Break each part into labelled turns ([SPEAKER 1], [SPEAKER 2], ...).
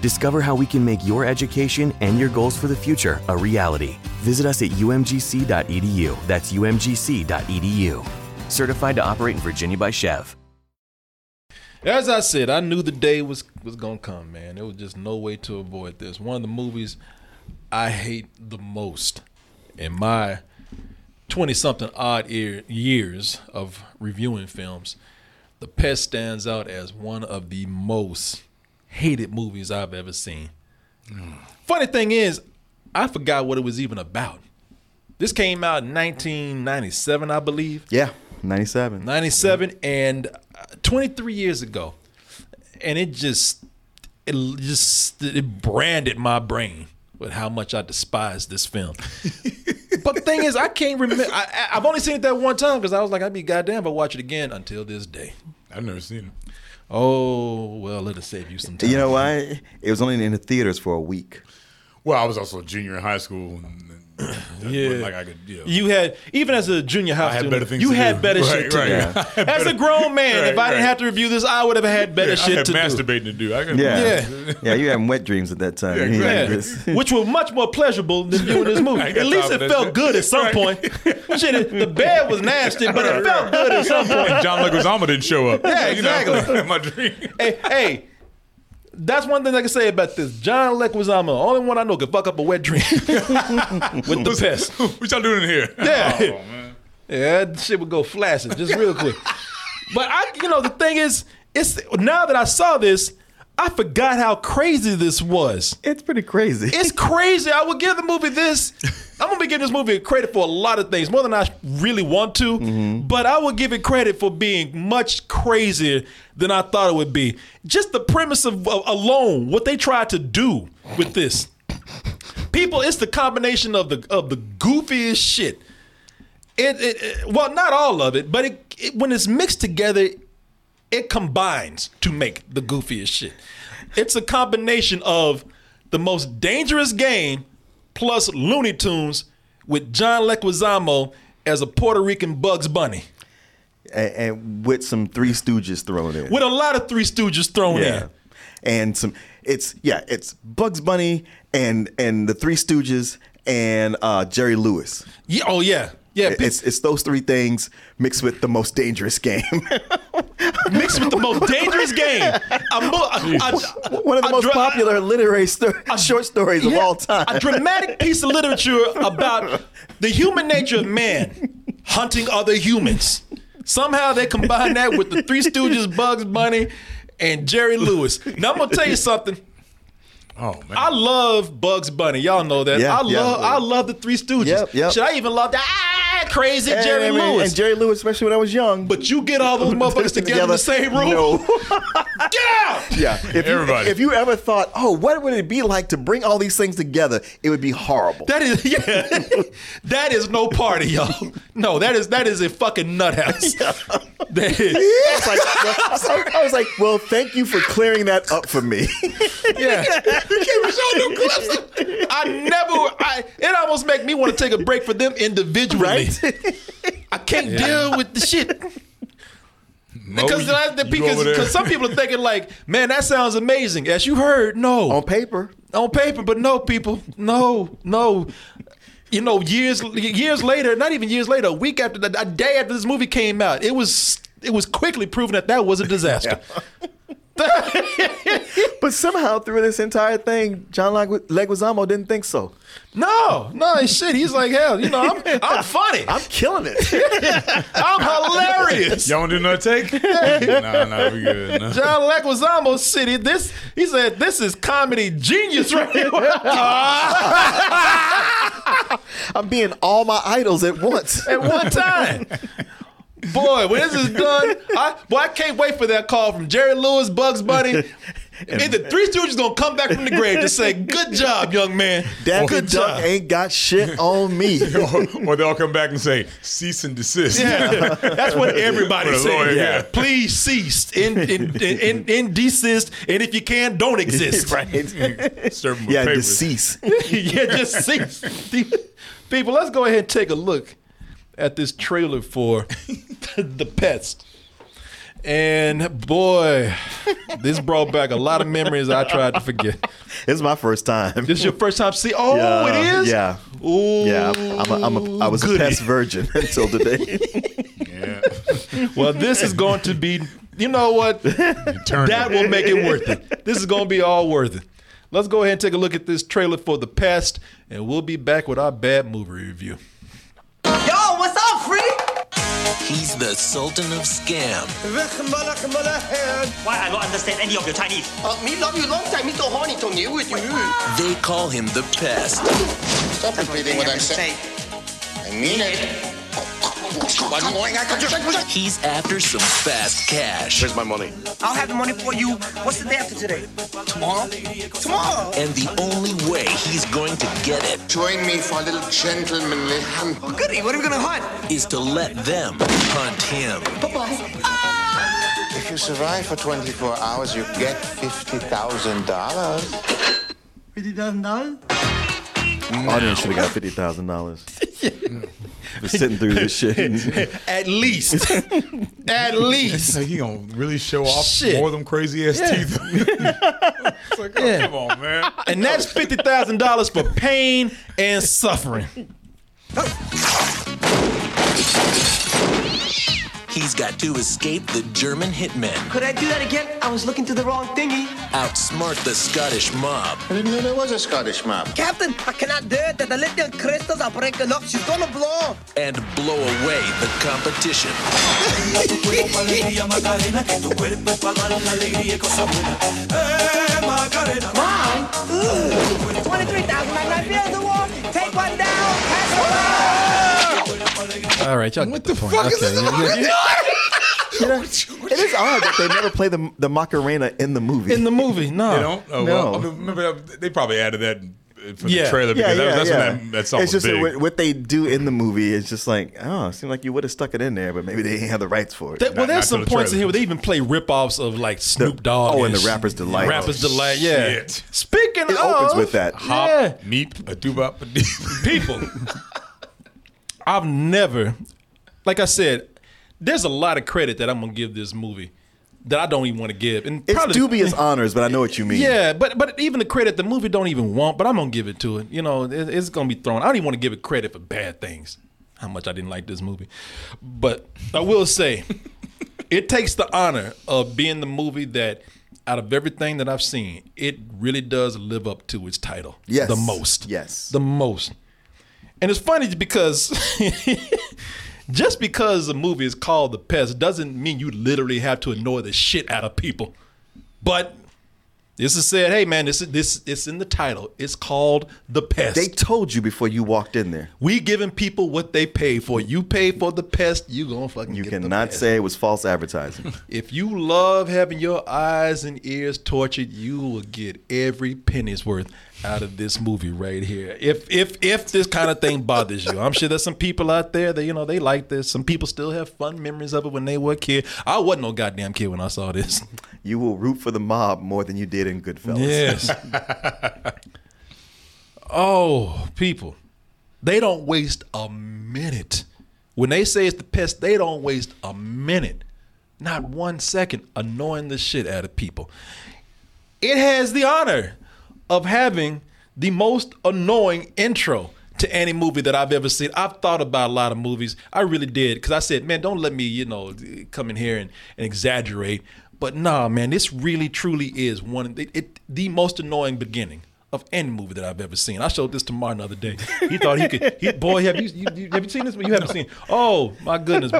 [SPEAKER 1] Discover how we can make your education and your goals for the future a reality. Visit us at umgc.edu. E That's umgc.edu. E Certified to operate in Virginia by Chev.
[SPEAKER 2] As I said, I knew the day was was gonna come, man. There was just no way to avoid this. One of the movies I hate the most in my twenty something odd ear, years of reviewing films, The Pest stands out as one of the most hated movies I've ever seen. Funny thing is, I forgot what it was even about. This came out in 1997, I believe.
[SPEAKER 3] Yeah, 97.
[SPEAKER 2] 97 and uh, 23 years ago and it just it l- just it branded my brain with how much i despise this film but the thing is i can't remember I, I- i've only seen it that one time because i was like i'd be goddamn if i watch it again until this day
[SPEAKER 4] I've never seen it.
[SPEAKER 2] oh well it'll save you some time
[SPEAKER 3] You know why? It was only in the theaters for a week.
[SPEAKER 4] Well, I was also a junior in high school. And, and that
[SPEAKER 2] Yeah.
[SPEAKER 4] wasn't Like I could, yeah.
[SPEAKER 2] you had even as a junior high
[SPEAKER 4] I had
[SPEAKER 2] student,
[SPEAKER 4] better things
[SPEAKER 2] you
[SPEAKER 4] to
[SPEAKER 2] had
[SPEAKER 4] do.
[SPEAKER 2] better shit
[SPEAKER 4] Right,
[SPEAKER 2] to
[SPEAKER 4] right. I
[SPEAKER 2] do.
[SPEAKER 4] had
[SPEAKER 2] As a
[SPEAKER 4] better-
[SPEAKER 2] grown man, if
[SPEAKER 4] Right,
[SPEAKER 2] I didn't
[SPEAKER 4] right.
[SPEAKER 2] have to review this, I would have had better
[SPEAKER 4] yeah, I
[SPEAKER 2] shit
[SPEAKER 4] had
[SPEAKER 2] to do.
[SPEAKER 4] masturbating to do. I could,
[SPEAKER 3] Yeah.
[SPEAKER 2] Yeah.
[SPEAKER 3] Yeah, you having wet dreams at that time.
[SPEAKER 4] Yeah,
[SPEAKER 3] You ain't
[SPEAKER 2] Yeah,
[SPEAKER 3] like
[SPEAKER 4] exactly.
[SPEAKER 3] this.
[SPEAKER 2] which was much more pleasurable than viewing this movie.
[SPEAKER 4] I ain't got
[SPEAKER 2] At least
[SPEAKER 4] time
[SPEAKER 2] it
[SPEAKER 4] for that
[SPEAKER 2] felt
[SPEAKER 4] shit.
[SPEAKER 2] good at some
[SPEAKER 4] Right.
[SPEAKER 2] point. Shit, it- the bed was nasty, but it felt good at some point.
[SPEAKER 4] And John Leguizamo didn't show up.
[SPEAKER 2] Yeah,
[SPEAKER 4] You know,
[SPEAKER 2] exactly.
[SPEAKER 4] my dream.
[SPEAKER 2] Hey, hey, that's one thing I can say about this. John Leguizamo, only one I know, could fuck up a wet dream with the pest.
[SPEAKER 4] What y'all doing in here?
[SPEAKER 2] Yeah.
[SPEAKER 4] Oh, man.
[SPEAKER 2] Yeah, that shit would go flashing just real quick. but I, you know, the thing is, it's now that I saw this, I forgot how crazy this was.
[SPEAKER 3] It's pretty crazy.
[SPEAKER 2] It's crazy. I would give the movie this. I'm gonna be giving this movie credit for a lot of things, more than I really want to. But I would give it credit for being much crazier than I thought it would be. Just the premise of, of- alone, what they tried to do with this. People, it's the combination of the of the goofiest shit. It, it, it- well, not all of it, but it, it when it's mixed together, it combines to make the goofiest shit. It's a combination of the most dangerous game plus Looney Tunes with John Leguizamo as a Puerto Rican Bugs Bunny
[SPEAKER 3] and, and with some Three Stooges thrown in.
[SPEAKER 2] with a lot of Three Stooges thrown
[SPEAKER 3] yeah.
[SPEAKER 2] in.
[SPEAKER 3] And some it's yeah, it's Bugs Bunny and and the Three Stooges and uh, Jerry Lewis.
[SPEAKER 2] Yeah, oh yeah, yeah. pe-
[SPEAKER 3] It's it's those three things mixed with the most dangerous game.
[SPEAKER 2] mixed with the most dangerous game. A mo- a- a-
[SPEAKER 3] One of the
[SPEAKER 2] a
[SPEAKER 3] most
[SPEAKER 2] dra-
[SPEAKER 3] popular literary sto- short stories of
[SPEAKER 2] Yeah,
[SPEAKER 3] all time.
[SPEAKER 2] A dramatic piece of literature about the human nature of man hunting other humans. Somehow they combine that with the Three Stooges, Bugs Bunny, and Jerry Lewis. Now I'm gonna tell you something.
[SPEAKER 4] Oh, man.
[SPEAKER 2] I love Bugs Bunny. Y'all know that.
[SPEAKER 3] Yeah,
[SPEAKER 2] I
[SPEAKER 3] yeah.
[SPEAKER 2] love I love the Three Stooges.
[SPEAKER 3] Yep, yep.
[SPEAKER 2] Should I even love the ah, crazy Jerry
[SPEAKER 3] and, and-
[SPEAKER 2] Lewis?
[SPEAKER 3] and Jerry Lewis, especially when I was young.
[SPEAKER 2] but you get all those motherfuckers together in the same room.
[SPEAKER 3] No.
[SPEAKER 2] Get out!
[SPEAKER 3] Yeah, if
[SPEAKER 4] Everybody.
[SPEAKER 3] You, if you ever thought, oh, what would it be like to bring all these things together? It would be horrible.
[SPEAKER 2] That is yeah. that is no party, y'all. No, that is that is a fucking nut house. That is-
[SPEAKER 3] I was like, I was like, well, thank you for clearing that up for me.
[SPEAKER 2] yeah. You can't show no clips. I never. I it almost make me want to take a break for them individually. I can't deal with the shit.
[SPEAKER 4] Mo,
[SPEAKER 2] Because,
[SPEAKER 4] Oh, you-
[SPEAKER 2] I-
[SPEAKER 4] you
[SPEAKER 2] because
[SPEAKER 4] over there?
[SPEAKER 2] because some people are thinking like, man, that sounds amazing. As you heard, no,
[SPEAKER 3] On paper,
[SPEAKER 2] on paper, but no, people, no, no. You know, years years later, not even years later, a week after the a day after this movie came out, it was it was quickly proven that that was a disaster.
[SPEAKER 3] But somehow through this entire thing, John Leg- Leguizamo didn't think so.
[SPEAKER 2] No, no, shit. He's like, hell, you know, I'm, I'm funny.
[SPEAKER 3] I'm killing it.
[SPEAKER 2] I'm hilarious.
[SPEAKER 4] Y'all want to do another take? nah, nah, we good. Nah.
[SPEAKER 2] John Leguizamo City. This he said, this is comedy genius right here
[SPEAKER 3] I'm being all my idols at once.
[SPEAKER 2] at one time. Boy, when this is done, I boy, I can't wait for that call from Jerry Lewis, Bugs Bunny. And the Three Stooges gonna come back from the grave to say, "Good job, young man.
[SPEAKER 3] That
[SPEAKER 2] Good
[SPEAKER 3] good duck
[SPEAKER 2] job."
[SPEAKER 3] ain't got shit on me.
[SPEAKER 4] or they'll come back and say, cease and desist.
[SPEAKER 2] Yeah, that's what everybody
[SPEAKER 4] For the
[SPEAKER 2] said.
[SPEAKER 4] lawyer, yeah.
[SPEAKER 2] Please cease and and, and, and and desist, and if you can, don't exist.
[SPEAKER 4] Serve 'em with
[SPEAKER 3] Yeah,
[SPEAKER 4] papers.
[SPEAKER 3] deceased.
[SPEAKER 2] yeah, just cease. People, let's go ahead and take a look at this trailer for the pest. And boy, this brought back a lot of memories I tried to forget.
[SPEAKER 3] It's my first time.
[SPEAKER 2] This is your first time see? Oh,
[SPEAKER 3] Yeah,
[SPEAKER 2] it is.
[SPEAKER 3] yeah.
[SPEAKER 2] Ooh.
[SPEAKER 3] Yeah, I'm a, I'm a, I was
[SPEAKER 2] goody.
[SPEAKER 3] a pest virgin until today.
[SPEAKER 4] Yeah.
[SPEAKER 2] Well, this is going to be. You know what?
[SPEAKER 4] Turn
[SPEAKER 2] That
[SPEAKER 4] it.
[SPEAKER 2] will make it worth it. This is going to be all worth it. Let's go ahead and take a look at this trailer for the pest, and we'll be back with our bad movie review.
[SPEAKER 5] Yo, what's up, freak?
[SPEAKER 6] He's the Sultan of Scam.
[SPEAKER 5] Why I don't understand any of your Chinese?
[SPEAKER 7] Uh, me love you long time, me so horny to you with you.
[SPEAKER 6] They call him the Pest.
[SPEAKER 8] Stop repeating what I'm saying. I mean it. One morning I could just.
[SPEAKER 6] He's after some fast cash.
[SPEAKER 8] my money?
[SPEAKER 5] I'll have the money for you. What's the day after today? Tomorrow? Tomorrow.
[SPEAKER 6] And the only way he's going to get it
[SPEAKER 8] Join me for a little gentlemanly hunt.
[SPEAKER 5] Oh, goody. What are we gonna hunt?
[SPEAKER 6] is to let them hunt him.
[SPEAKER 8] If you survive for 24 hours, you get $50,000.
[SPEAKER 3] Audience should have got fifty thousand dollars for sitting through this shit.
[SPEAKER 2] At least. At least.
[SPEAKER 4] Like, he gonna really show off
[SPEAKER 2] Shit.
[SPEAKER 4] more of them crazy ass teeth. it's like, oh, come on, man.
[SPEAKER 2] And that's fifty thousand dollars for pain and suffering.
[SPEAKER 6] He's got to escape the German hitmen,
[SPEAKER 5] Could I do that again? I was looking to the wrong thingy.
[SPEAKER 6] outsmart the Scottish mob,
[SPEAKER 8] I didn't know there was a Scottish mob.
[SPEAKER 5] Captain, I cannot do it. The little crystals are breaking up. She's gonna blow.
[SPEAKER 6] and blow away the competition.
[SPEAKER 5] Mine? Ooh. 23,000 Magnite Fields Award. Take one down. Pass
[SPEAKER 2] All right, y'all get the, point. Okay, yeah, yeah.
[SPEAKER 3] it is odd that they never play the the Macarena in the movie.
[SPEAKER 2] In the movie, Uh-uh. no.
[SPEAKER 4] They don't. Oh, well, I
[SPEAKER 3] No.
[SPEAKER 4] mean, remember that- they probably added that uh, for
[SPEAKER 2] Yeah.
[SPEAKER 4] the trailer
[SPEAKER 3] yeah,
[SPEAKER 4] because
[SPEAKER 3] yeah,
[SPEAKER 4] that, that's
[SPEAKER 3] yeah.
[SPEAKER 4] when that, that song
[SPEAKER 3] it's
[SPEAKER 4] was
[SPEAKER 3] just that
[SPEAKER 4] big.
[SPEAKER 3] what, what they do in the movie is just like, oh, it seemed like you would have stuck it in there, but maybe they didn't have the rights for it.
[SPEAKER 2] That- well,
[SPEAKER 4] Not-
[SPEAKER 2] there's
[SPEAKER 4] not
[SPEAKER 2] some
[SPEAKER 4] to the
[SPEAKER 2] points in
[SPEAKER 4] trailer.
[SPEAKER 2] here where they even play rip-offs of like Snoop Dogg.
[SPEAKER 3] oh, and the
[SPEAKER 2] sh-
[SPEAKER 3] Rapper's Delight.
[SPEAKER 2] Rapper's
[SPEAKER 3] Oh,
[SPEAKER 2] Delight.
[SPEAKER 4] shit.
[SPEAKER 2] Yeah. Speaking
[SPEAKER 3] it
[SPEAKER 2] of,
[SPEAKER 3] opens with that.
[SPEAKER 4] Hop,
[SPEAKER 2] Yeah.
[SPEAKER 4] meep, a doobop, a deep.
[SPEAKER 2] people, I've never, like I said, there's a lot of credit that I'm gonna give this movie that I don't even want to give, and
[SPEAKER 3] It's
[SPEAKER 2] probably,
[SPEAKER 3] dubious honors, but I know what you mean.
[SPEAKER 2] Yeah, but but even the credit the movie don't even want, but I'm gonna give it to it. You know, it- it's gonna be thrown. I don't even want to give it credit for bad things. How much I didn't like this movie, but I will say, it takes the honor of being the movie that, out of everything that I've seen, it really does live up to its title.
[SPEAKER 3] Yes.
[SPEAKER 2] the most.
[SPEAKER 3] Yes.
[SPEAKER 2] the most. And it's funny because just because a movie is called The Pest doesn't mean you literally have to annoy the shit out of people. But this is said, hey man, this is this it's in the title. It's called The Pest.
[SPEAKER 3] They told you before you walked in there.
[SPEAKER 2] we giving people what they pay for. You pay for the pest, you gonna fucking
[SPEAKER 3] You
[SPEAKER 2] get the
[SPEAKER 3] cannot
[SPEAKER 2] pest.
[SPEAKER 3] say it was false advertising.
[SPEAKER 2] If you love having your eyes and ears tortured, you will get every penny's worth out of this movie right here. If if if this kind of thing bothers you, I'm sure there's some people out there that you know they like this. Some people still have fun memories of it when they were a kid. I wasn't no goddamn kid when I saw this.
[SPEAKER 3] you will root for the mob more than you did in Goodfellas.
[SPEAKER 2] Yes. oh, people. They don't waste a minute. When they say it's the pest, they don't waste a minute, not one second, annoying the shit out of people. It has the honor of having the most annoying intro to any movie that I've ever seen. I've thought about a lot of movies. I really did. Because I said, man, don't let me, you know, come in here and, and exaggerate. But nah, man, this really truly is one it, it the most annoying beginning of any movie that I've ever seen. I showed this to Martin the other day. He thought he could. He, boy, have you, you, you have you seen this? You haven't seen. Oh my goodness,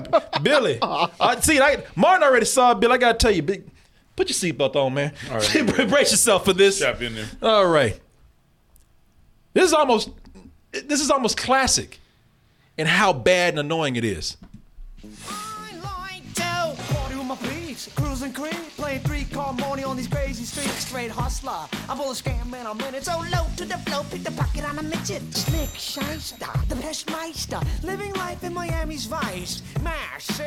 [SPEAKER 2] Billy! I see. I Martin already saw Bill. I gotta tell you, big, put your seatbelt on, man. Brace yourself for this.
[SPEAKER 4] Strap in there.
[SPEAKER 2] All right. This is almost this is almost classic in how bad and annoying it is.
[SPEAKER 5] Party with my peeps, cruising cream, playing three car money on these crazy streets. Straight hustler, I'm all a scam man, I'm in it. So low to the flow, pick the pocket on a midget. Slick shyster, the best meister, living life in Miami's vice. Mash, see?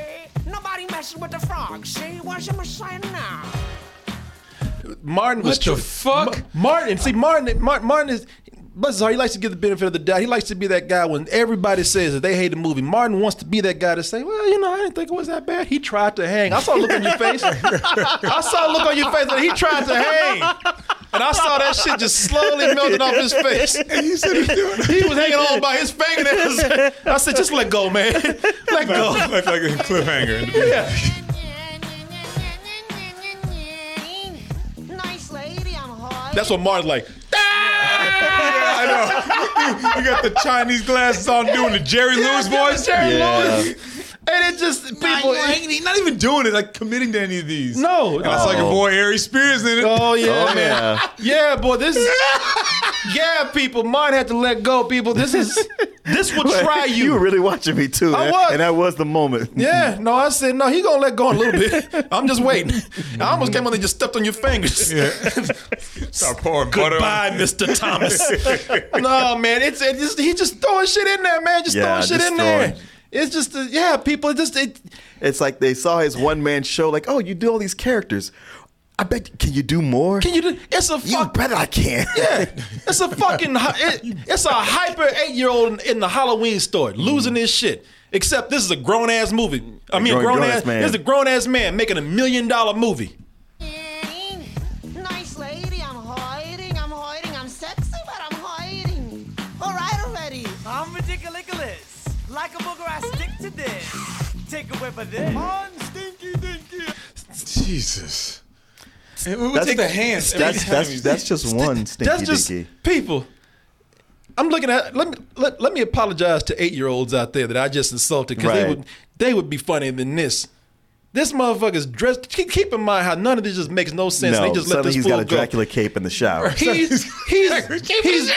[SPEAKER 5] Nobody messes with the frog, see? Where's your messiah now?
[SPEAKER 2] Martin was
[SPEAKER 9] What the
[SPEAKER 2] tr-
[SPEAKER 9] fuck?
[SPEAKER 2] Ma- Martin, see Martin, Martin, Martin is. Bless his heart, he likes to give the benefit of the doubt. He likes to be that guy when everybody says that they hate the movie. Martin wants to be that guy to say, "Well, you know, I didn't think it was that bad." He tried to hang. I saw a look on your face. I saw a look on your face that he tried to hang, and I saw that shit just slowly melting off his face. He, was hanging on by his fingernails. I said, "Just let go, man. Let go."
[SPEAKER 4] Like, like a cliffhanger.
[SPEAKER 2] Yeah.
[SPEAKER 5] Nice lady, I'm hot.
[SPEAKER 2] That's what Martin's like.
[SPEAKER 4] You got the Chinese glasses on doing the Jerry Lewis voice.
[SPEAKER 2] Jerry
[SPEAKER 3] Yeah.
[SPEAKER 2] Lewis. And it just people. it-
[SPEAKER 4] He's not even doing it, like committing to any of these.
[SPEAKER 2] no,
[SPEAKER 4] And it's like a boy Ari Spears in it.
[SPEAKER 2] Oh yeah,
[SPEAKER 3] Oh,
[SPEAKER 2] man.
[SPEAKER 3] yeah.
[SPEAKER 2] Yeah, boy, this is Yeah, people, mine had to let go, people. This is this will try you.
[SPEAKER 3] You were really watching me too.
[SPEAKER 2] I
[SPEAKER 3] and-
[SPEAKER 2] was.
[SPEAKER 3] And that was the moment.
[SPEAKER 2] yeah, no, I said no. He gonna let go in a little bit. I'm just waiting. I almost came on and just stepped on your fingers.
[SPEAKER 4] Start pouring butter
[SPEAKER 2] Goodbye,
[SPEAKER 4] on.
[SPEAKER 2] Mr. Thomas. no, man, it's it just he just throwing shit in there, man. Just
[SPEAKER 3] Yeah,
[SPEAKER 2] throwing shit
[SPEAKER 3] just
[SPEAKER 2] in there.
[SPEAKER 3] throwing.
[SPEAKER 2] It's just uh, yeah, people. It just it,
[SPEAKER 3] It's like they saw his one man show, like, oh, you do all these characters. I bet, can you do more?
[SPEAKER 2] can you? do It's a
[SPEAKER 3] You
[SPEAKER 2] fuck.
[SPEAKER 3] bet I can.
[SPEAKER 2] Yeah, it's a fucking hy- it, it's a hyper eight year old in the Halloween
[SPEAKER 3] Mm.
[SPEAKER 2] store losing his shit. Except this is a grown ass movie. I mean, a grown,
[SPEAKER 3] grown- grown-ass
[SPEAKER 2] ass.
[SPEAKER 3] man.
[SPEAKER 2] This is a grown ass man making a million dollar movie.
[SPEAKER 5] Nice lady, I'm hiding, I'm hiding, I'm sexy, but I'm hiding. All right already.
[SPEAKER 10] I'm ridiculous. Like a booger, I stick to this. Take a whip of this.
[SPEAKER 4] Jesus. It would
[SPEAKER 3] That's-
[SPEAKER 4] take the hands. every
[SPEAKER 3] That's
[SPEAKER 4] time
[SPEAKER 3] that's
[SPEAKER 4] he's-
[SPEAKER 3] that's just one stinky
[SPEAKER 2] That's just
[SPEAKER 3] dinky.
[SPEAKER 2] people. I'm looking at let me let, let me apologize to eight year olds out there that I just insulted because they
[SPEAKER 3] Right.
[SPEAKER 2] would they would be funnier than this. This motherfucker's dressed. Keep, keep in mind how none of this just makes no sense.
[SPEAKER 3] no,
[SPEAKER 2] they just let
[SPEAKER 3] suddenly
[SPEAKER 2] this
[SPEAKER 3] he's
[SPEAKER 2] fool
[SPEAKER 3] got a
[SPEAKER 2] go.
[SPEAKER 3] Dracula cape in the shower.
[SPEAKER 2] He's he's he's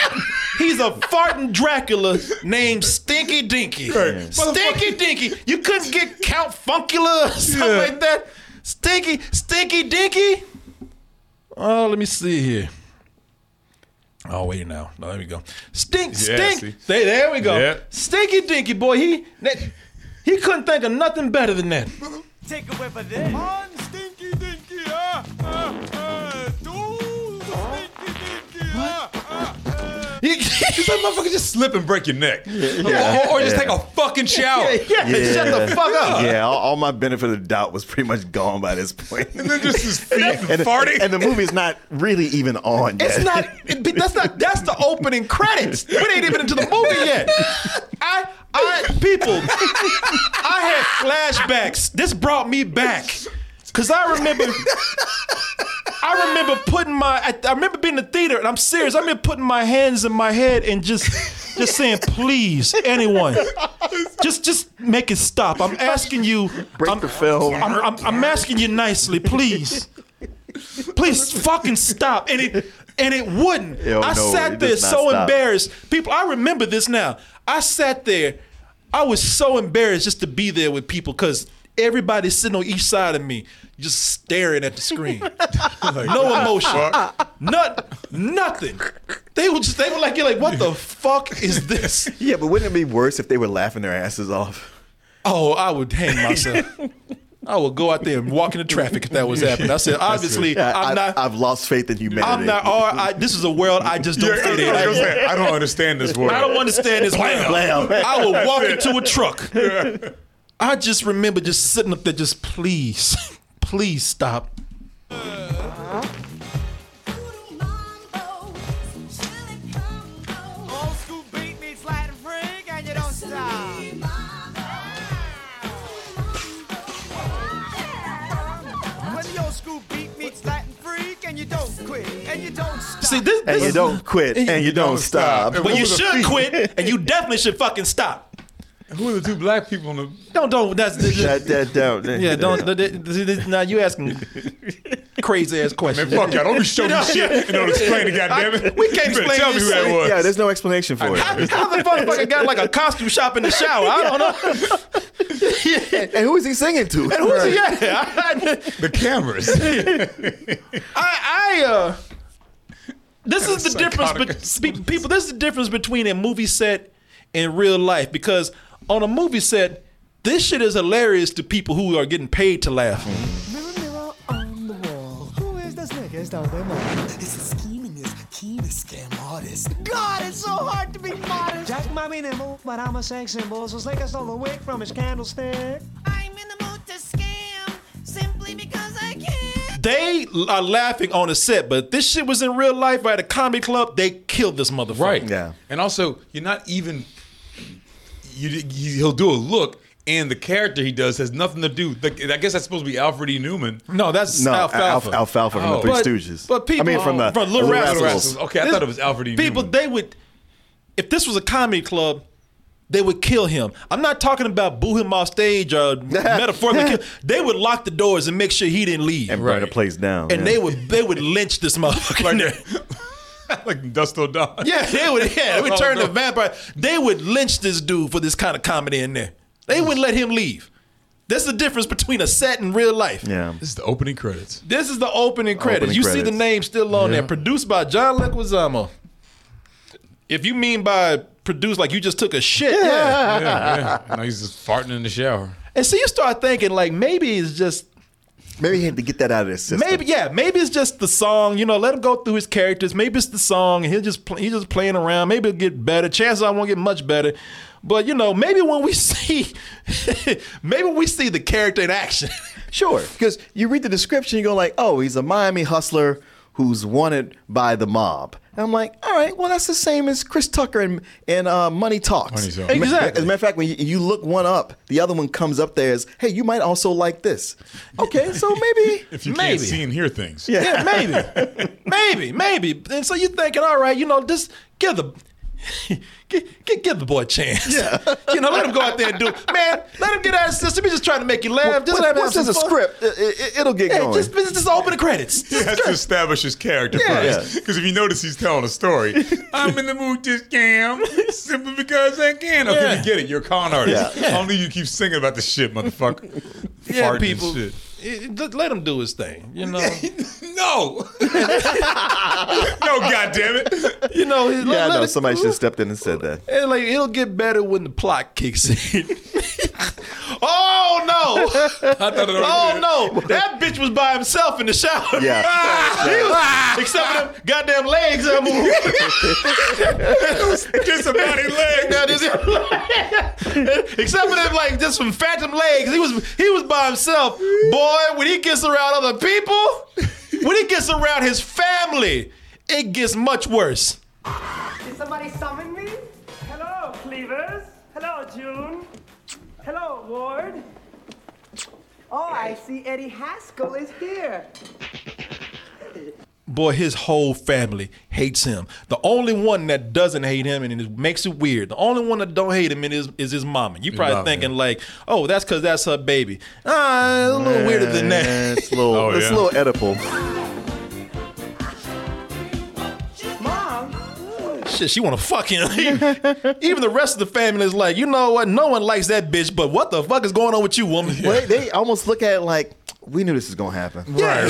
[SPEAKER 2] he's a farting Dracula named Stinky Dinky. Stinky Dinky. You couldn't get Count Funkula or something
[SPEAKER 4] Yeah.
[SPEAKER 2] like that. Stinky Stinky Dinky. Oh, let me see here. Oh wait now. No, there we go. Stink
[SPEAKER 4] Yeah,
[SPEAKER 2] stink.
[SPEAKER 4] see.
[SPEAKER 2] There, there we go.
[SPEAKER 4] Yeah.
[SPEAKER 2] Stinky Dinky boy. He that, he couldn't think of nothing better than that.
[SPEAKER 10] Take a whip of this. On stinky dinky, ah, ah, ah. Do stinky dinky, ah, ah, ah.
[SPEAKER 2] He,
[SPEAKER 4] He's like, motherfucker, just slip and break your neck. Or- or, or just take a fucking shower.
[SPEAKER 2] yeah, shut the fuck up.
[SPEAKER 3] Yeah, all, all my benefit of the doubt was pretty much gone by this point.
[SPEAKER 4] And then just his feet
[SPEAKER 3] and,
[SPEAKER 4] farting.
[SPEAKER 3] and the movie's not really even on yet.
[SPEAKER 2] It's not. It, be- that's not. That's the opening credits. We ain't even into the movie yet. I, I, people, I had flashbacks. This brought me back, cause I remember. I remember putting my. I, I remember being in the theater, and I'm serious. I remember putting my hands in my head and just, just saying, "Please, anyone, just, just make it stop." I'm asking you.
[SPEAKER 3] Break
[SPEAKER 2] I'm,
[SPEAKER 3] the film.
[SPEAKER 2] I'm, I'm, I'm asking you nicely, please. Please fucking stop. And it and it wouldn't.
[SPEAKER 3] Yo,
[SPEAKER 2] I
[SPEAKER 3] no,
[SPEAKER 2] sat
[SPEAKER 3] it
[SPEAKER 2] there
[SPEAKER 3] does not
[SPEAKER 2] so
[SPEAKER 3] stop.
[SPEAKER 2] embarrassed. People, I remember this now. I sat there. I was so embarrassed just to be there with people because everybody's sitting on each side of me, just staring at the screen. no emotion. Not, nothing. They were just they were like, you're like, what the fuck is this?
[SPEAKER 3] yeah, but wouldn't it be worse if they were laughing their asses off?
[SPEAKER 2] Oh, I would hang myself. I would go out there and walk into traffic if that was happening. I said, obviously,
[SPEAKER 3] Yeah,
[SPEAKER 2] I'm
[SPEAKER 3] I,
[SPEAKER 2] not.
[SPEAKER 3] have lost faith in humanity.
[SPEAKER 2] I'm not. Or I, this is a world I just
[SPEAKER 4] Yeah,
[SPEAKER 2] don't
[SPEAKER 4] I,
[SPEAKER 2] fit in.
[SPEAKER 4] was gonna
[SPEAKER 2] I,
[SPEAKER 4] say, I don't understand this word.
[SPEAKER 2] I don't understand this.
[SPEAKER 3] Blam.
[SPEAKER 2] I would walk into a truck. I just remember just sitting up there, just please, please stop.
[SPEAKER 10] Old school beat meets Latin freak, and you don't stop. When the old school
[SPEAKER 5] you don't quit, and you don't stop.
[SPEAKER 2] See, this,
[SPEAKER 3] And
[SPEAKER 2] this
[SPEAKER 3] you
[SPEAKER 2] is-
[SPEAKER 3] don't quit, and you don't stop.
[SPEAKER 2] But you should quit, and you definitely should fucking stop.
[SPEAKER 4] Who are the two black people on the?
[SPEAKER 2] Don't don't. That's
[SPEAKER 3] Shut that down.
[SPEAKER 2] yeah. Don't th- th- th- th- now you asking crazy ass questions.
[SPEAKER 4] Fuck y'all! Don't be showing me shit and don't explain it. Goddamn it!
[SPEAKER 2] we can't
[SPEAKER 4] You better
[SPEAKER 2] explain
[SPEAKER 4] Tell me
[SPEAKER 2] this
[SPEAKER 4] who that
[SPEAKER 2] shit.
[SPEAKER 4] was.
[SPEAKER 3] Yeah, there's no explanation for it.
[SPEAKER 2] How the motherfucker got like a costume shop in the shower? I don't know.
[SPEAKER 3] And who is he singing to?
[SPEAKER 2] And who's he at? I,
[SPEAKER 4] The cameras.
[SPEAKER 2] I, I, uh, this is the difference,
[SPEAKER 4] psychotic
[SPEAKER 2] but spe- people. This is the difference between a movie set and real life. Because on a movie set, this shit is hilarious to people who are getting paid to laugh.
[SPEAKER 4] Mm-hmm.
[SPEAKER 5] Mirror, mirror on the wall, who is the slickest of them all?
[SPEAKER 6] This is scheming is keen scam artist.
[SPEAKER 5] God, it's so hard to be modest. Jack might be nimble, but I'm a sex symbol, so slick I stole a wick from his candlestick.
[SPEAKER 9] I'm in the mood to scam simply because I can.
[SPEAKER 2] They are laughing on a set, but if this shit was in real life or at a comedy club. They killed this motherfucker.
[SPEAKER 4] Right.
[SPEAKER 3] Yeah.
[SPEAKER 4] And also, you're not even. You, you, he'll do a look, and the character he does has nothing to do. Like, I guess that's supposed to be Alfred E. Newman.
[SPEAKER 2] No, that's
[SPEAKER 3] No,
[SPEAKER 2] alfalfa.
[SPEAKER 3] Alfalfa, alfalfa from
[SPEAKER 4] Oh.
[SPEAKER 3] the Three
[SPEAKER 2] But-
[SPEAKER 3] Stooges.
[SPEAKER 2] but people-
[SPEAKER 3] I mean, from the
[SPEAKER 2] From Little Rascals.
[SPEAKER 3] Rascals.
[SPEAKER 4] Okay, I
[SPEAKER 2] This-
[SPEAKER 4] thought it was Alfred E.
[SPEAKER 2] People,
[SPEAKER 4] Newman.
[SPEAKER 2] they would, if this was a comedy club, they would kill him. I'm not talking about boo him off stage or metaphorically kill. They would lock the doors and make sure he didn't leave.
[SPEAKER 3] And
[SPEAKER 2] And,
[SPEAKER 3] burn the place down. yeah.
[SPEAKER 2] they would they would lynch this motherfucker. in there.
[SPEAKER 4] like Dust O'Donnell.
[SPEAKER 2] yeah, they would. Yeah, they would
[SPEAKER 4] Oh,
[SPEAKER 2] turn
[SPEAKER 4] no.
[SPEAKER 2] the vampire. They would lynch this dude for this kind of comedy in there. They wouldn't let him leave. That's the difference between a set and real life.
[SPEAKER 3] Yeah.
[SPEAKER 4] This is the opening credits.
[SPEAKER 2] This is the opening credits.
[SPEAKER 3] Opening
[SPEAKER 2] you see
[SPEAKER 3] credits.
[SPEAKER 2] the name still on there. Produced by John Leguizamo. If you mean by produced like you just took a shit, yeah.
[SPEAKER 4] Yeah, yeah. Now he's just farting in the shower.
[SPEAKER 2] And so you start thinking like maybe it's just
[SPEAKER 3] Maybe he had to get that out of his system.
[SPEAKER 2] maybe yeah maybe it's just the song. You know, let him go through his characters. Maybe it's the song and he'll just play, he's just playing around. Maybe it'll get better. Chances are I won't get much better. But you know, maybe when we see, maybe when we see the character in action.
[SPEAKER 3] Sure, because you read the description, you go like, "Oh, he's a Miami hustler who's wanted by the mob." And I'm like, "All right, well, that's the same as Chris Tucker and and uh, Money Talks."
[SPEAKER 4] Money Talks.
[SPEAKER 2] Exactly.
[SPEAKER 3] As a matter of fact, when you, you look one up, the other one comes up there as, "Hey, you might also like this." Okay, so maybe
[SPEAKER 4] If you
[SPEAKER 2] Maybe.
[SPEAKER 4] can't see and hear things.
[SPEAKER 2] Yeah, maybe, maybe, maybe. And so you're thinking, all right, you know, just give the give, give, give the boy a chance. Yeah, you know, let him go out there and do. it. Man, let him get out of his system. He's just trying to make you laugh. Just let him
[SPEAKER 3] what- once
[SPEAKER 2] have
[SPEAKER 3] there's a
[SPEAKER 2] some fun.
[SPEAKER 3] script, it, will get
[SPEAKER 2] Yeah,
[SPEAKER 3] going.
[SPEAKER 2] just, just just open the credits.
[SPEAKER 4] He has to establish his character
[SPEAKER 3] Yeah.
[SPEAKER 4] first. Because if you notice, he's telling a story. I'm in the mood to scam simply because I can. Okay,
[SPEAKER 2] Yeah.
[SPEAKER 4] we get it. You're a con artist.
[SPEAKER 2] Yeah.
[SPEAKER 4] Only you keep singing about this shit, motherfucker. Farting
[SPEAKER 2] yeah,
[SPEAKER 4] and
[SPEAKER 2] people.
[SPEAKER 4] shit.
[SPEAKER 2] eh, just Let him do his thing. You know,
[SPEAKER 4] No. no, goddamn it.
[SPEAKER 2] you know. Yeah,
[SPEAKER 3] yeah,
[SPEAKER 2] let,
[SPEAKER 3] I know
[SPEAKER 2] it-
[SPEAKER 3] somebody should have stepped in and said that.
[SPEAKER 2] And like it'll get better when the plot kicks in. oh no!
[SPEAKER 4] I thought it already
[SPEAKER 2] Oh no! That bitch was by himself in the shower.
[SPEAKER 3] Yeah,
[SPEAKER 2] He was- except for them goddamn legs that
[SPEAKER 4] did. Just about his leg.
[SPEAKER 2] move. except for them like just some phantom legs. He was he was by himself. Boy, when he gets around other people, when he gets around his family, it gets much worse.
[SPEAKER 5] Did somebody summon me? Hello, Cleavers. Hello, June. Hello, Ward. Oh, I see Eddie Haskell is here.
[SPEAKER 2] Boy, his whole family hates him. The only one that doesn't hate him and it makes it weird. The only one that don't hate him is is his mama. You probably
[SPEAKER 4] mama,
[SPEAKER 2] thinking like, oh, that's because that's her baby. Ah, a little weirder than that.
[SPEAKER 3] Eh, it's a little,
[SPEAKER 4] Oh,
[SPEAKER 3] it's
[SPEAKER 4] yeah.
[SPEAKER 3] a little edible.
[SPEAKER 2] Shit, she want to fuck him. Even the rest of the family is like, you know what? No one likes that bitch, but what the fuck is going on with you, woman?
[SPEAKER 3] Well, they, they almost look at it like we knew this was gonna happen.
[SPEAKER 4] Right,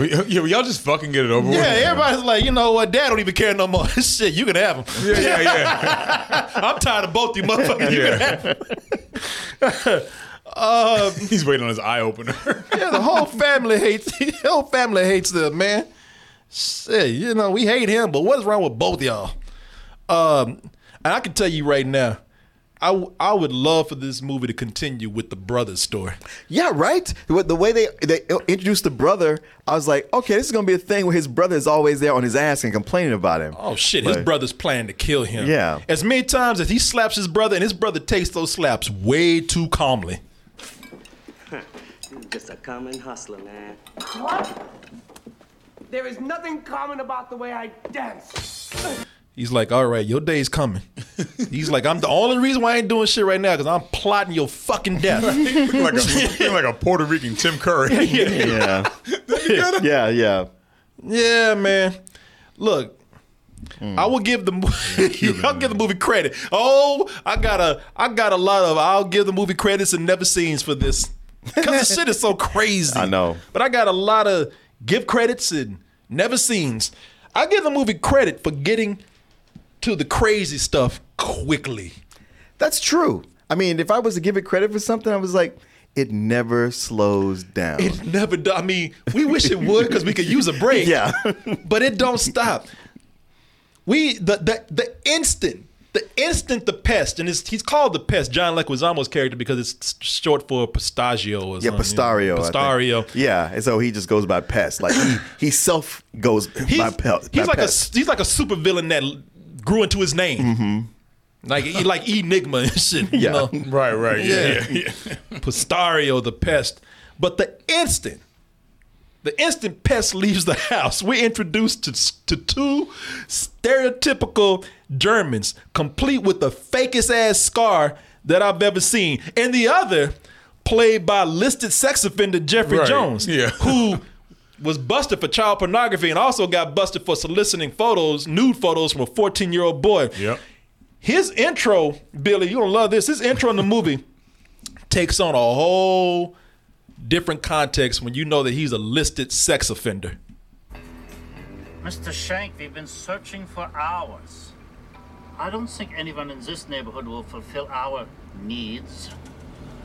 [SPEAKER 4] We- Yeah, will y'all just fucking get it over
[SPEAKER 2] Yeah,
[SPEAKER 4] with.
[SPEAKER 2] everybody's like, you know what? Dad don't even care no more. Shit, you can have him.
[SPEAKER 4] Yeah, yeah, yeah.
[SPEAKER 2] I'm tired of both you motherfuckers. You can Um, have 'em.
[SPEAKER 4] He's waiting on his eye opener.
[SPEAKER 2] Yeah, the whole family hates. The whole family hates them, man. Shit, you know we hate him, but what's wrong with both y'all? Um, and I can tell you right now, I w- I would love for this movie to continue with the brothers story.
[SPEAKER 3] Yeah, right. With The way they they introduced the brother, I was like, okay, this is gonna be a thing where his brother is always there on his ass and complaining about him.
[SPEAKER 2] Oh shit, his
[SPEAKER 3] Right.
[SPEAKER 2] brother's planning to kill him.
[SPEAKER 3] Yeah.
[SPEAKER 2] As many times as he slaps his brother and his brother takes those slaps way too calmly.
[SPEAKER 5] Just a common hustler, man. What? There is nothing common about the way I dance.
[SPEAKER 2] He's like, all right, your day's coming. He's like, I'm the only reason why I ain't doing shit right now because I'm plotting your fucking death.
[SPEAKER 4] like, a, like a Puerto Rican Tim Curry.
[SPEAKER 3] Yeah. yeah, yeah.
[SPEAKER 2] Yeah, man. Look,
[SPEAKER 3] Hmm.
[SPEAKER 2] I will give the mo- I'll give the movie credit. Oh, I got a I got a lot of I'll give the movie credits and never scenes for this because this shit is so crazy.
[SPEAKER 3] I know.
[SPEAKER 2] but I got a lot of give credits and never scenes. I give the movie credit for getting to the crazy stuff quickly.
[SPEAKER 3] That's true. I mean, if I was to give it credit for something, I was like, it never slows down.
[SPEAKER 2] It never does. I mean, we wish it would because we could use a break.
[SPEAKER 3] Yeah.
[SPEAKER 2] but it don't stop. We the the the instant the instant the pest and it's, he's called the pest John Leguizamo's character because it's short for pistachio or
[SPEAKER 3] yeah,
[SPEAKER 2] something.
[SPEAKER 3] Pistario. I think.
[SPEAKER 2] Pistario.
[SPEAKER 3] Yeah, and so he just goes by pest. Like he, he self goes
[SPEAKER 2] He's,
[SPEAKER 3] by, pe- by
[SPEAKER 2] he's like
[SPEAKER 3] pest.
[SPEAKER 2] a he's like a super villain that grew into his name. Like he like Enigma and shit. You
[SPEAKER 3] Mm-hmm. Yeah.
[SPEAKER 2] know?
[SPEAKER 4] right, right.
[SPEAKER 2] Yeah. Pistario the pest. But the instant, the instant pest leaves the house, we're introduced to, to two stereotypical Germans, complete with the fakest ass scar that I've ever seen. And the other, played by listed sex offender Jeffrey
[SPEAKER 4] Right.
[SPEAKER 2] Jones,
[SPEAKER 4] Yeah.
[SPEAKER 2] who was busted for child pornography and also got busted for soliciting photos, nude photos from a 14 year old boy.
[SPEAKER 4] Yep.
[SPEAKER 2] His intro, Billy, you don't love this. His intro in the movie takes on a whole different context when you know that he's a listed sex offender.
[SPEAKER 11] Mr. Shank, we've been searching for hours. I don't think anyone in this neighborhood will fulfill our needs.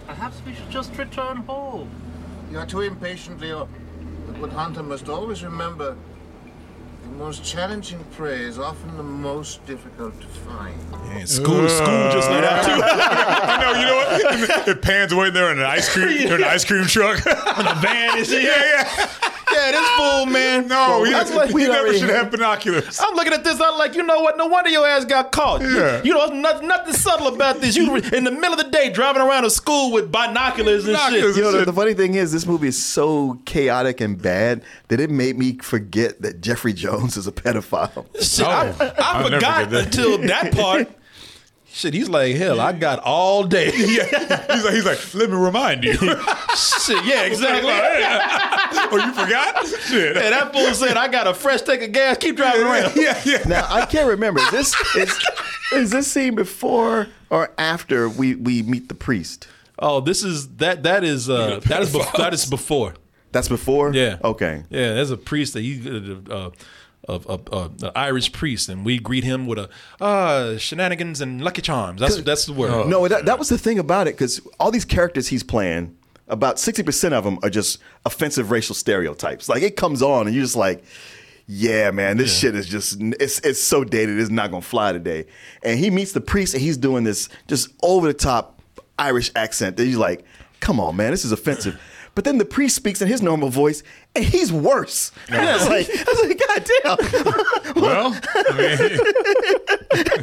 [SPEAKER 11] Perhaps we should just return home.
[SPEAKER 8] You are too impatient, Leo. The good hunter must always remember the most challenging prey is often the most difficult to find.
[SPEAKER 2] Man, school, school just let out too.
[SPEAKER 4] I know. You know what? It pans away there in an ice cream, in an ice cream truck, on the van. Is yeah, yeah.
[SPEAKER 2] Yeah, this fool, man.
[SPEAKER 4] No, you,
[SPEAKER 2] That's like-
[SPEAKER 4] you never should have binoculars.
[SPEAKER 2] I'm looking at this. I'm like, you know what? No wonder your ass got caught.
[SPEAKER 4] Yeah.
[SPEAKER 2] You know, there's nothing, nothing subtle about this. You in the middle of the day driving around to school with binoculars and shit.
[SPEAKER 4] Binoculars. a-
[SPEAKER 3] You know, the, the funny thing is, this movie is so chaotic and bad that it made me forget that Jeffrey Jones is a pedophile.
[SPEAKER 2] Shit, I,
[SPEAKER 4] Oh,
[SPEAKER 2] I
[SPEAKER 4] I'll never
[SPEAKER 2] forgot
[SPEAKER 4] forget that.
[SPEAKER 2] until that part. Shit, he's like, hell, I got all day.
[SPEAKER 4] Yeah. He's like, he's like, let me remind you.
[SPEAKER 2] Shit, yeah, exactly.
[SPEAKER 4] oh, you forgot? Shit.
[SPEAKER 2] And that fool said, I got a fresh tank of gas. Keep driving around.
[SPEAKER 4] yeah, yeah.
[SPEAKER 3] Now I can't remember. Is this is, is this scene before or after we we meet the priest?
[SPEAKER 2] Oh, this is that. That is uh, that is bef- that is before.
[SPEAKER 3] That's before.
[SPEAKER 2] Yeah.
[SPEAKER 3] Okay.
[SPEAKER 2] Yeah, there's a priest that he, uh, uh, of uh, uh, an Irish priest, and we greet him with a uh, shenanigans and lucky charms. That's Oh, that's the word.
[SPEAKER 4] Oh.
[SPEAKER 3] No, that, that was the thing about it because all these characters he's playing, about 60% of them are just offensive racial stereotypes. Like it comes on and you're just like, yeah, man, this shit is just, it's, it's so dated, it's not gonna fly today. And he meets the priest and he's doing this just over the top Irish accent that he's like, come on, man, this is offensive. But then the priest speaks in his normal voice, and he's worse. And I was like, I was like, God damn!
[SPEAKER 4] Well,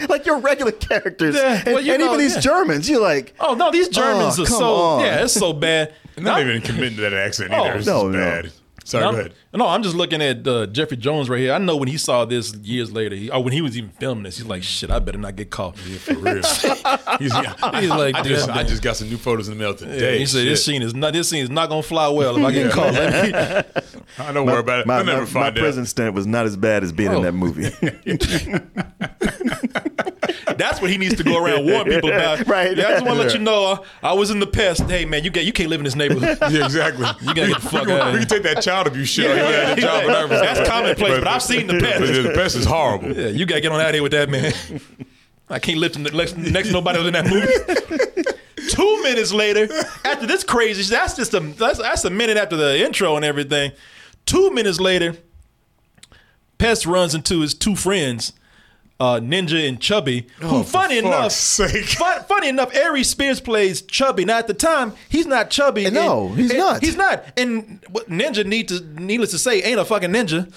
[SPEAKER 4] I
[SPEAKER 3] like your regular characters,
[SPEAKER 2] Yeah,
[SPEAKER 3] and,
[SPEAKER 2] well, you
[SPEAKER 3] and
[SPEAKER 2] know,
[SPEAKER 3] even these
[SPEAKER 2] yeah.
[SPEAKER 3] Germans, you're like,
[SPEAKER 2] Oh no, these Germans
[SPEAKER 3] Oh,
[SPEAKER 2] are
[SPEAKER 3] come
[SPEAKER 2] so
[SPEAKER 3] on.
[SPEAKER 2] yeah, it's so bad.
[SPEAKER 4] mean,
[SPEAKER 2] Now-
[SPEAKER 4] not even committing to that accent either.
[SPEAKER 2] Oh,
[SPEAKER 4] it's
[SPEAKER 3] no,
[SPEAKER 4] no,
[SPEAKER 3] no.
[SPEAKER 4] bad. Sorry,
[SPEAKER 2] No,
[SPEAKER 4] go ahead.
[SPEAKER 2] no, I'm just looking at uh, Jeffrey Jones right here. I know when he saw this years later, he, or when he was even filming this, he's like, "Shit, I better not get caught."
[SPEAKER 4] For real. He's,
[SPEAKER 2] He's like,
[SPEAKER 4] I, just,
[SPEAKER 2] "Damn,
[SPEAKER 4] I
[SPEAKER 2] damn."
[SPEAKER 4] just got some new photos in the mail
[SPEAKER 2] Yeah,
[SPEAKER 4] today.
[SPEAKER 2] he said, "This
[SPEAKER 4] Shit.
[SPEAKER 2] scene is not. This scene is not gonna fly well if I get caught." Let me-
[SPEAKER 4] I don't worry about it.
[SPEAKER 3] My,
[SPEAKER 4] I'll
[SPEAKER 3] my,
[SPEAKER 4] never
[SPEAKER 3] my
[SPEAKER 4] find out. Oh.
[SPEAKER 3] prison stint was not as bad as being in that movie.
[SPEAKER 2] That's what he needs to go around warn people about.
[SPEAKER 3] Right.
[SPEAKER 2] Yeah, I just want to let
[SPEAKER 4] Yeah.
[SPEAKER 2] you know I, I was in the pest. Hey man, you get you can't live in this neighborhood.
[SPEAKER 4] Yeah, exactly.
[SPEAKER 2] You gotta get the fuck
[SPEAKER 4] we, can-
[SPEAKER 2] out of
[SPEAKER 4] We
[SPEAKER 2] here.
[SPEAKER 4] can take that child abuse shit.
[SPEAKER 2] Yeah, yeah,
[SPEAKER 4] the
[SPEAKER 2] yeah.
[SPEAKER 4] child pornography
[SPEAKER 2] That's
[SPEAKER 4] stuff.
[SPEAKER 2] commonplace, but I've seen the pest.
[SPEAKER 4] but The pest is horrible.
[SPEAKER 2] Yeah, you gotta get on out of here with that man. I can't live to the next, next to nobody was in that movie. Two minutes later, after this crazy, shit, that's just a that's, that's a minute after the intro and everything. Two minutes later, Pest runs into his two friends, uh, Ninja and Chubby, who, funny
[SPEAKER 4] fuck's
[SPEAKER 2] enough,
[SPEAKER 4] sake.
[SPEAKER 2] fun- funny enough, Aries Spears plays Chubby. Now at the time, he's not Chubby.
[SPEAKER 3] No,
[SPEAKER 2] And-
[SPEAKER 3] he's
[SPEAKER 2] and
[SPEAKER 3] not.
[SPEAKER 2] He's not. And what Ninja need to, needless to say, ain't a fucking ninja.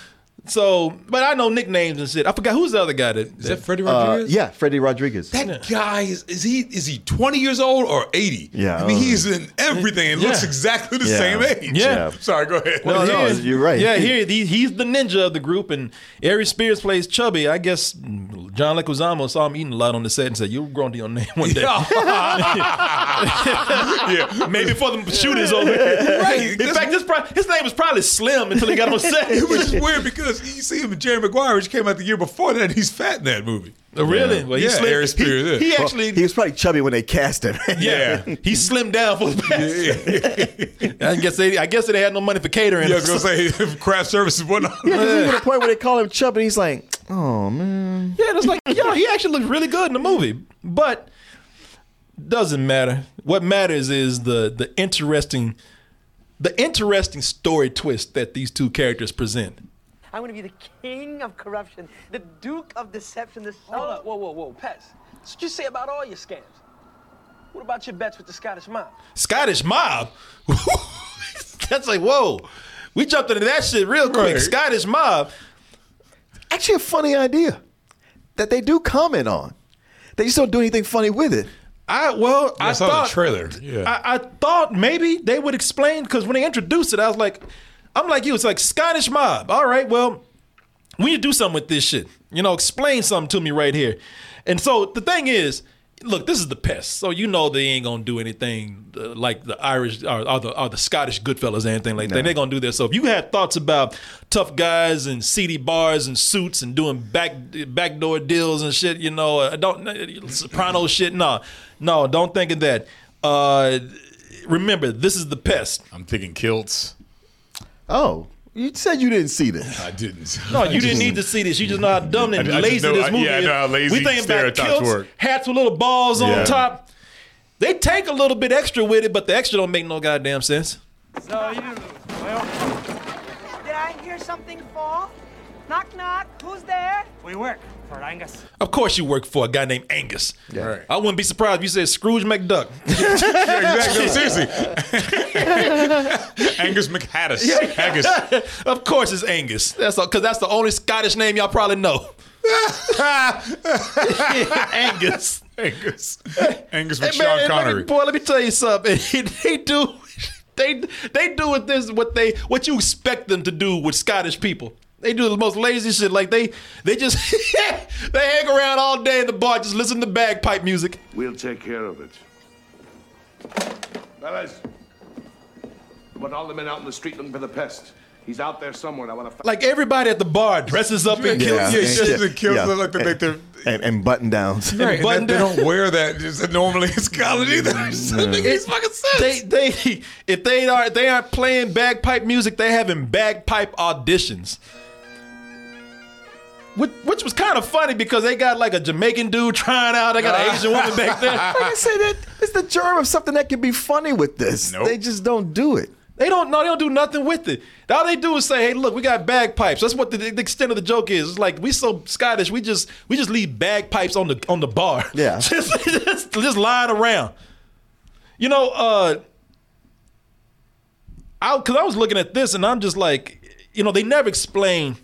[SPEAKER 2] So, but I know nicknames and shit. I forgot who's the other guy that is
[SPEAKER 4] that Freddie
[SPEAKER 3] Uh, yeah, Freddie Rodriguez.
[SPEAKER 4] That guy is, is he is he 20 years old or 80?
[SPEAKER 3] Yeah.
[SPEAKER 4] I mean, he's in everything and looks
[SPEAKER 2] Yeah.
[SPEAKER 4] exactly the
[SPEAKER 3] Yeah.
[SPEAKER 4] same age.
[SPEAKER 2] Yeah.
[SPEAKER 4] Sorry, go ahead.
[SPEAKER 2] Well, he
[SPEAKER 3] no,
[SPEAKER 2] is-
[SPEAKER 3] you're right.
[SPEAKER 2] Yeah, here he, he's the ninja of the group, and Ari Spears plays Chubby. I guess mm, John Leguizamo saw him eating a lot on the set and said, "You're growing to your name one day." yeah, maybe for the shooters over. here.
[SPEAKER 4] Right.
[SPEAKER 2] In fact, this pro- his name was probably Slim until he got on set.
[SPEAKER 4] It was just weird because you see him in Jerry Maguire, which came out the year before that, and he's fat in that movie.
[SPEAKER 2] Oh, really? Well, he
[SPEAKER 4] yeah,
[SPEAKER 2] slim-
[SPEAKER 4] Aaron Spears. yeah.
[SPEAKER 2] he
[SPEAKER 3] Well,
[SPEAKER 2] actually-
[SPEAKER 3] he was probably chubby when they cast him.
[SPEAKER 2] Yeah, he slimmed down for the past. I guess they, I guess they had no money for catering.
[SPEAKER 4] Yeah, I was gonna say craft services whatnot.
[SPEAKER 3] Yeah, because even the point where they call him chubby, he's like, oh man.
[SPEAKER 2] Yeah, it's like, yo, he actually looks really good in the movie. But doesn't matter. What matters is the the interesting the interesting story twist that these two characters present.
[SPEAKER 12] I'm going to be the king of corruption, the duke of deception, the son
[SPEAKER 13] Hold up, whoa, whoa, whoa, Pets. That's what you say about all your scams. What about your bets with the Scottish mob?
[SPEAKER 2] Scottish mob. That's like, whoa. We jumped into that shit real quick.
[SPEAKER 3] Right.
[SPEAKER 2] Scottish mob.
[SPEAKER 3] Actually, a funny idea that they do comment on. They just don't do anything funny with it.
[SPEAKER 2] I well,
[SPEAKER 4] Yeah, I
[SPEAKER 2] I
[SPEAKER 4] saw the
[SPEAKER 2] thought
[SPEAKER 4] trailer, yeah.
[SPEAKER 2] I, I thought maybe they would explain because when they introduced it, I was like, I'm like you. It's like Scottish mob. All right, well, we need to do something with this shit. You know, explain something to me right here. And so the thing is, look, this is the pest. So you know they ain't gonna do anything uh, like the Irish or, or the or the Scottish Goodfellas or anything like that. They're gonna do this. So if you had thoughts about tough guys and seedy bars and suits and doing back backdoor deals and shit, you know, uh, don't uh, Soprano shit. No, no, don't think of that. Uh, remember, this is the pest.
[SPEAKER 4] I'm thinking kilts.
[SPEAKER 3] Oh, you said you didn't see this.
[SPEAKER 4] I didn't.
[SPEAKER 2] No,
[SPEAKER 4] I
[SPEAKER 2] you didn't
[SPEAKER 4] just-
[SPEAKER 2] need to see this. You just know how dumb and
[SPEAKER 4] I- I just
[SPEAKER 2] lazy
[SPEAKER 4] know-
[SPEAKER 2] this
[SPEAKER 4] I-
[SPEAKER 2] movie
[SPEAKER 4] yeah, I
[SPEAKER 2] is.
[SPEAKER 4] know how lazy
[SPEAKER 2] we thinking about
[SPEAKER 4] stereotypes
[SPEAKER 2] kilts,
[SPEAKER 4] work.
[SPEAKER 2] hats with little balls
[SPEAKER 4] Yeah.
[SPEAKER 2] on top. They take a little bit extra with it, but the extra don't make no goddamn sense.
[SPEAKER 12] So you well. Did I hear something fall? Knock knock. Who's there?
[SPEAKER 13] We work for Angus.
[SPEAKER 2] Of course, you work for a guy named Angus. I wouldn't be surprised if you said Scrooge McDuck.
[SPEAKER 4] yeah, exactly. No, seriously. Angus McHattis. Angus.
[SPEAKER 2] of course, it's Angus. That's because that's the only Scottish name y'all probably know. Angus.
[SPEAKER 4] Angus. Angus
[SPEAKER 2] Hey,
[SPEAKER 4] with
[SPEAKER 2] man, and
[SPEAKER 4] Sean
[SPEAKER 2] let me-
[SPEAKER 4] Connery.
[SPEAKER 2] boy, let me tell you something. they do, they they do with this what they what you expect them to do with Scottish people. They do the most lazy shit. Like they they just they hang around all day in the bar, just listen to bagpipe music.
[SPEAKER 14] We'll take care of it. Fellas, I want all the men out in the street looking for the pest. He's out there somewhere, and I want to.
[SPEAKER 2] Like everybody at the bar dresses up in kilts. and shit.
[SPEAKER 4] just the kilts look like they- they-
[SPEAKER 3] and, and button downs.
[SPEAKER 4] Right, and
[SPEAKER 2] button
[SPEAKER 4] that they
[SPEAKER 2] down.
[SPEAKER 4] don't wear that just normally in college either. Doesn't make any fucking sense.
[SPEAKER 2] They they if they are they aren't playing bagpipe music, they're having bagpipe auditions. Which, which was kind of funny because they got like a Jamaican dude trying out. They got an Asian woman back there.
[SPEAKER 3] Like I said, that it's the germ of something that can be funny with this. They just don't do it.
[SPEAKER 2] They don't know. They don't do nothing with it. All they do is say, "Hey, look, we got bagpipes." That's what the, the extent of the joke is. It's like we so Scottish, we just we just leave bagpipes on the on the bar.
[SPEAKER 3] Yeah.
[SPEAKER 2] just, just just lying around. You know, uh, I because I was looking at this and I'm just like, you know, they never explain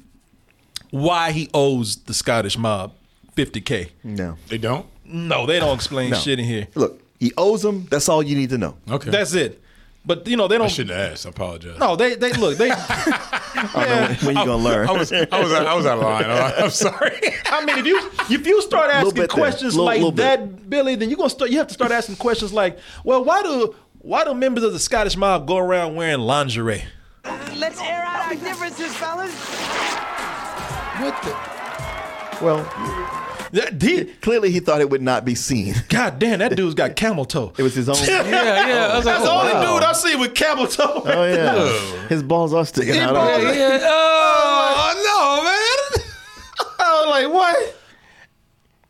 [SPEAKER 2] why he owes the Scottish mob 50k.
[SPEAKER 3] No.
[SPEAKER 4] They don't.
[SPEAKER 2] No, they don't explain
[SPEAKER 3] Mm. No.
[SPEAKER 2] shit in here.
[SPEAKER 3] Look, he owes them. That's all you need to know.
[SPEAKER 4] Okay.
[SPEAKER 2] That's it. But you know, they
[SPEAKER 4] I
[SPEAKER 2] don't.
[SPEAKER 4] shouldn't have asked. I apologize.
[SPEAKER 2] No, they they look they.
[SPEAKER 3] When, when you gonna learn?
[SPEAKER 4] I was I was I was out of line. I'm sorry.
[SPEAKER 2] I mean, if you if you start
[SPEAKER 3] Little
[SPEAKER 2] asking
[SPEAKER 3] bit there.
[SPEAKER 2] questions
[SPEAKER 3] Little-
[SPEAKER 2] like
[SPEAKER 3] little bit.
[SPEAKER 2] that, Billy, then you gonna start. You have to start asking questions like, well, why do why do members of the Scottish mob go around wearing lingerie?
[SPEAKER 12] Let's air out our differences, fellas.
[SPEAKER 3] What the? Well,
[SPEAKER 2] that, he,
[SPEAKER 3] clearly he thought it would not be seen.
[SPEAKER 2] God damn, that dude's got camel toe.
[SPEAKER 3] It was his own.
[SPEAKER 4] Yeah, yeah. I was like,
[SPEAKER 2] That's the
[SPEAKER 4] oh,
[SPEAKER 2] only
[SPEAKER 4] wow.
[SPEAKER 2] dude I see with camel toe.
[SPEAKER 3] Oh yeah, his balls are sticking out.
[SPEAKER 2] balls-
[SPEAKER 3] of it.
[SPEAKER 4] Yeah, Oh no, man.
[SPEAKER 2] I was like, what?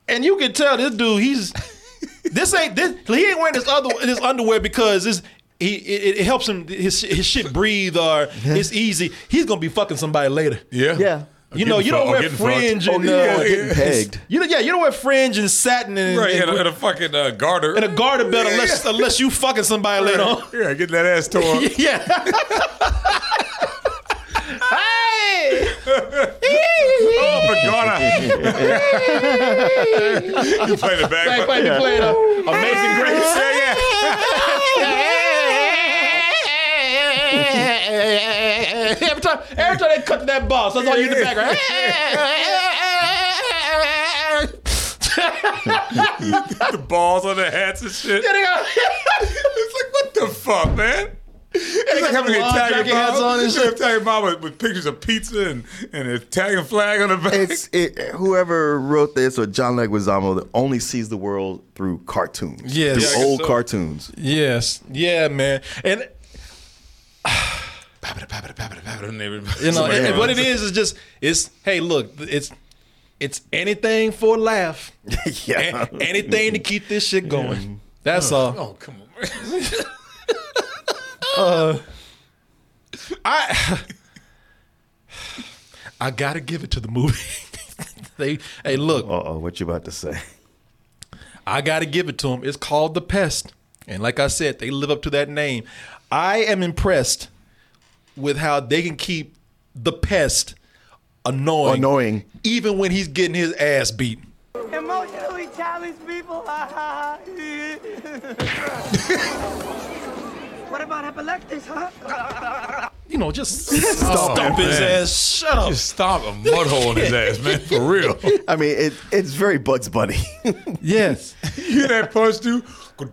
[SPEAKER 2] And you can tell this dude, he's this ain't this. He ain't wearing this other this underwear because this. He, it, it helps him his his shit breathe or it's easy. He's gonna be fucking somebody later.
[SPEAKER 4] Yeah.
[SPEAKER 3] Yeah.
[SPEAKER 4] I'm
[SPEAKER 2] You know,
[SPEAKER 4] getting
[SPEAKER 2] you
[SPEAKER 4] fucked.
[SPEAKER 2] don't
[SPEAKER 4] I'm
[SPEAKER 2] wear
[SPEAKER 4] getting fucked.
[SPEAKER 2] fringe
[SPEAKER 3] Oh,
[SPEAKER 2] and
[SPEAKER 3] you
[SPEAKER 2] uh,
[SPEAKER 3] know, getting pegged.
[SPEAKER 2] You know, yeah, you don't wear fringe and satin and,
[SPEAKER 4] Right,
[SPEAKER 2] and,
[SPEAKER 4] and a, and a fucking uh, garter.
[SPEAKER 2] and a garter belt
[SPEAKER 4] Yeah,
[SPEAKER 2] unless unless you fucking somebody later on.
[SPEAKER 4] yeah. yeah, getting that ass tore.
[SPEAKER 2] yeah. hey,
[SPEAKER 4] Oh, you play the bagpipe.
[SPEAKER 10] Bagpipe, you play it, uh,
[SPEAKER 4] Amazing Grace. Yeah,
[SPEAKER 2] every time, every time they cut to that boss, that's all you in the background.
[SPEAKER 4] yeah. the balls on the hats and shit.
[SPEAKER 2] Yeah, they got-
[SPEAKER 4] it's like what the fuck, man. It's like having an
[SPEAKER 2] long
[SPEAKER 4] Italian
[SPEAKER 2] jacket hats
[SPEAKER 4] mom,
[SPEAKER 2] on and
[SPEAKER 4] it's an Italian mom with, with pictures of pizza and, and an Italian flag on the back.
[SPEAKER 3] It's it, whoever wrote this or John Leguizamo that only sees the world through cartoons.
[SPEAKER 2] Yes. Yeah, I
[SPEAKER 3] through
[SPEAKER 2] guess
[SPEAKER 3] old
[SPEAKER 2] so.
[SPEAKER 3] cartoons.
[SPEAKER 2] Yes, yeah, man, and you know, and- and what it is is just it's hey, look, it's it's anything for a laugh,
[SPEAKER 3] yeah,
[SPEAKER 2] anything to keep this shit going. That's
[SPEAKER 4] Oh,
[SPEAKER 2] all.
[SPEAKER 4] oh, come on.
[SPEAKER 2] Uh, I I gotta give it to the movie. they hey look.
[SPEAKER 3] Uh oh, what you about to say?
[SPEAKER 2] I gotta give it to them. It's called The Pest, and like I said, they live up to that name. I am impressed with how they can keep the pest annoying,
[SPEAKER 3] annoying,
[SPEAKER 2] even when he's getting his ass beat.
[SPEAKER 12] Emotionally challenged people. what about epileptics, huh?
[SPEAKER 2] You know, just
[SPEAKER 3] Stop
[SPEAKER 2] stomp,
[SPEAKER 3] him,
[SPEAKER 2] his
[SPEAKER 3] man.
[SPEAKER 2] ass. Shut up.
[SPEAKER 4] Just stomp a mud hole in his ass, man. For real.
[SPEAKER 3] I mean, it, it's very Bugs Bunny.
[SPEAKER 2] yes.
[SPEAKER 4] You hear that punch, dude?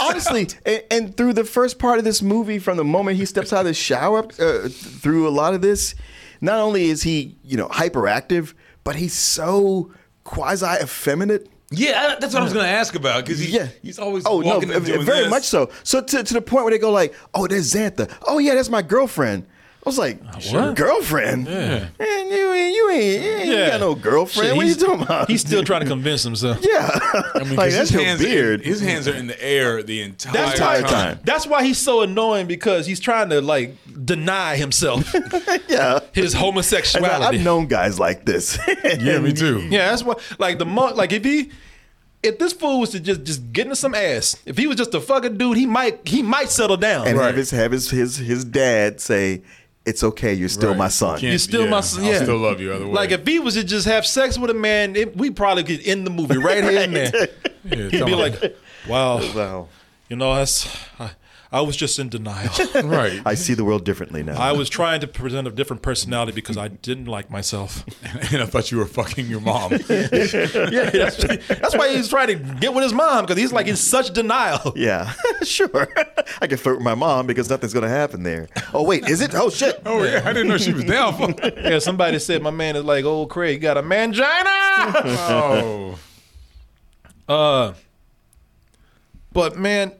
[SPEAKER 3] Honestly, and, and through the first part of this movie, from the moment he steps out of the shower, uh, through a lot of this, not only is he you know hyperactive, but he's so quasi effeminate.
[SPEAKER 4] Yeah, that's what I was gonna ask about because he,
[SPEAKER 3] Yeah.
[SPEAKER 4] he's always
[SPEAKER 3] Oh no,
[SPEAKER 4] walking and
[SPEAKER 3] v-
[SPEAKER 4] doing
[SPEAKER 3] very
[SPEAKER 4] this.
[SPEAKER 3] much so. So to, to the point where they go like, "Oh, there's Xantha. Oh yeah, that's my girlfriend." I was like,
[SPEAKER 4] Uh,
[SPEAKER 2] what?
[SPEAKER 3] girlfriend?
[SPEAKER 2] Yeah.
[SPEAKER 3] Man, you ain't you ain't, you ain't got no girlfriend.
[SPEAKER 2] Shit,
[SPEAKER 3] what are you
[SPEAKER 2] he's-
[SPEAKER 3] talking about?
[SPEAKER 2] He's still trying to convince himself.
[SPEAKER 3] yeah.
[SPEAKER 4] I mean,
[SPEAKER 3] like
[SPEAKER 4] 'cause
[SPEAKER 3] that's
[SPEAKER 4] his
[SPEAKER 3] your
[SPEAKER 4] hands
[SPEAKER 3] beard.
[SPEAKER 4] Are in, his hands are in the air the entire,
[SPEAKER 2] That's
[SPEAKER 4] time.
[SPEAKER 2] why, that's why he's so annoying because he's trying to like deny himself
[SPEAKER 3] yeah.
[SPEAKER 2] his
[SPEAKER 3] And I-
[SPEAKER 2] homosexuality.
[SPEAKER 3] I've known guys like this. yeah,
[SPEAKER 4] me too.
[SPEAKER 2] Yeah, that's what. Like the monk. Like if he, if this fool was to just just get into some ass, if he was just a fucking dude, he might he might settle down.
[SPEAKER 3] And have his have his, his his dad say, "It's okay. You're still my son."
[SPEAKER 2] You're still my son. Yeah,
[SPEAKER 4] I still love you. Other way,
[SPEAKER 2] Like if he was to just have sex with a man, it, we probably could end the movie right here and there. He'd be like, "Wow,
[SPEAKER 3] wow,
[SPEAKER 2] you know, that's I, I was just in denial.
[SPEAKER 4] right.
[SPEAKER 3] I see the world differently now.
[SPEAKER 2] I was trying to present a different personality because I didn't like myself."
[SPEAKER 4] and I thought you were fucking your mom.
[SPEAKER 2] yeah, that's, that's why he's trying to get with his mom because he's like in such denial.
[SPEAKER 3] yeah, sure. I can flirt with my mom because nothing's gonna happen there. Oh wait, is it? Oh shit.
[SPEAKER 4] oh yeah, I didn't know she was down for.
[SPEAKER 2] Yeah, somebody said my man is like old Craig. You got a mangina.
[SPEAKER 4] Oh,
[SPEAKER 2] Uh, but man,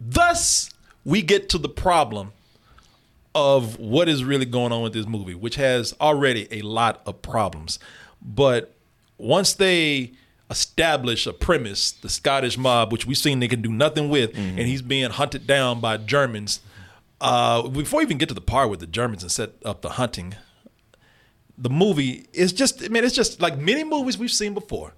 [SPEAKER 2] thus we get to the problem of what is really going on with this movie, which has already a lot of problems. But once they establish a premise, the Scottish mob, which we've seen they can do nothing with, and he's being hunted down by Germans. Uh, before we even get to the part with the Germans and set up the hunting, the movie is just I mean it's just like many movies we've seen before.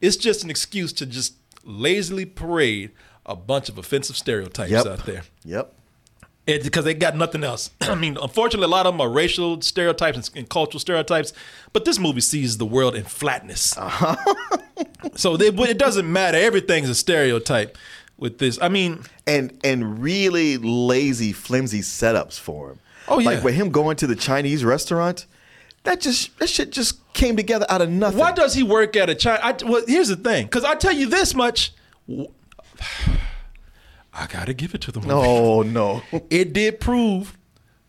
[SPEAKER 2] It's just an excuse to just lazily parade a bunch of offensive stereotypes
[SPEAKER 3] Yep.
[SPEAKER 2] out there.
[SPEAKER 3] Yep.
[SPEAKER 2] It, because they got nothing else. I mean, unfortunately, a lot of them are racial stereotypes and, and cultural stereotypes, but this movie sees the world in flatness. so they, but it doesn't matter. Everything's a stereotype with this. I mean,
[SPEAKER 3] and and really lazy, flimsy setups for him.
[SPEAKER 2] Oh, yeah.
[SPEAKER 3] like with him going to the Chinese restaurant, that just that shit just came together out of nothing.
[SPEAKER 2] Why does he work at a China? I, well, here's the thing, because I tell you this much, w- I gotta give it to the movie.
[SPEAKER 3] No, no.
[SPEAKER 2] It did prove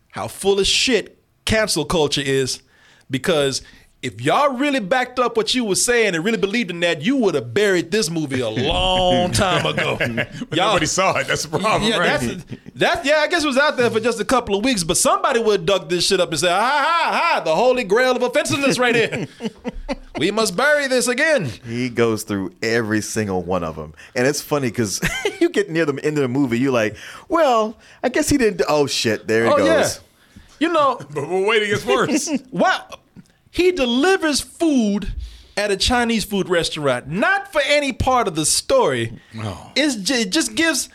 [SPEAKER 2] how full of shit cancel culture is, because if y'all really backed up what you were saying and really believed in that, you would have buried this movie a long time ago.
[SPEAKER 4] but nobody saw it. That's the problem,
[SPEAKER 2] Yeah,
[SPEAKER 4] right?
[SPEAKER 2] that's, that's yeah. I guess it was out there for just a couple of weeks, but somebody would duck this shit up and say, "Ha ha ha!" The holy grail of offensiveness, right here. we must bury this again.
[SPEAKER 3] He goes through every single one of them, and it's funny because you get near the end of the movie, you're like, "Well, I guess he didn't." Oh shit, there he
[SPEAKER 2] oh
[SPEAKER 3] goes.
[SPEAKER 2] yeah, you know
[SPEAKER 4] but we're waiting. It's worse.
[SPEAKER 2] what? He delivers food at a Chinese food restaurant, not for any part of the story.
[SPEAKER 4] No.
[SPEAKER 2] It's ju- it just gives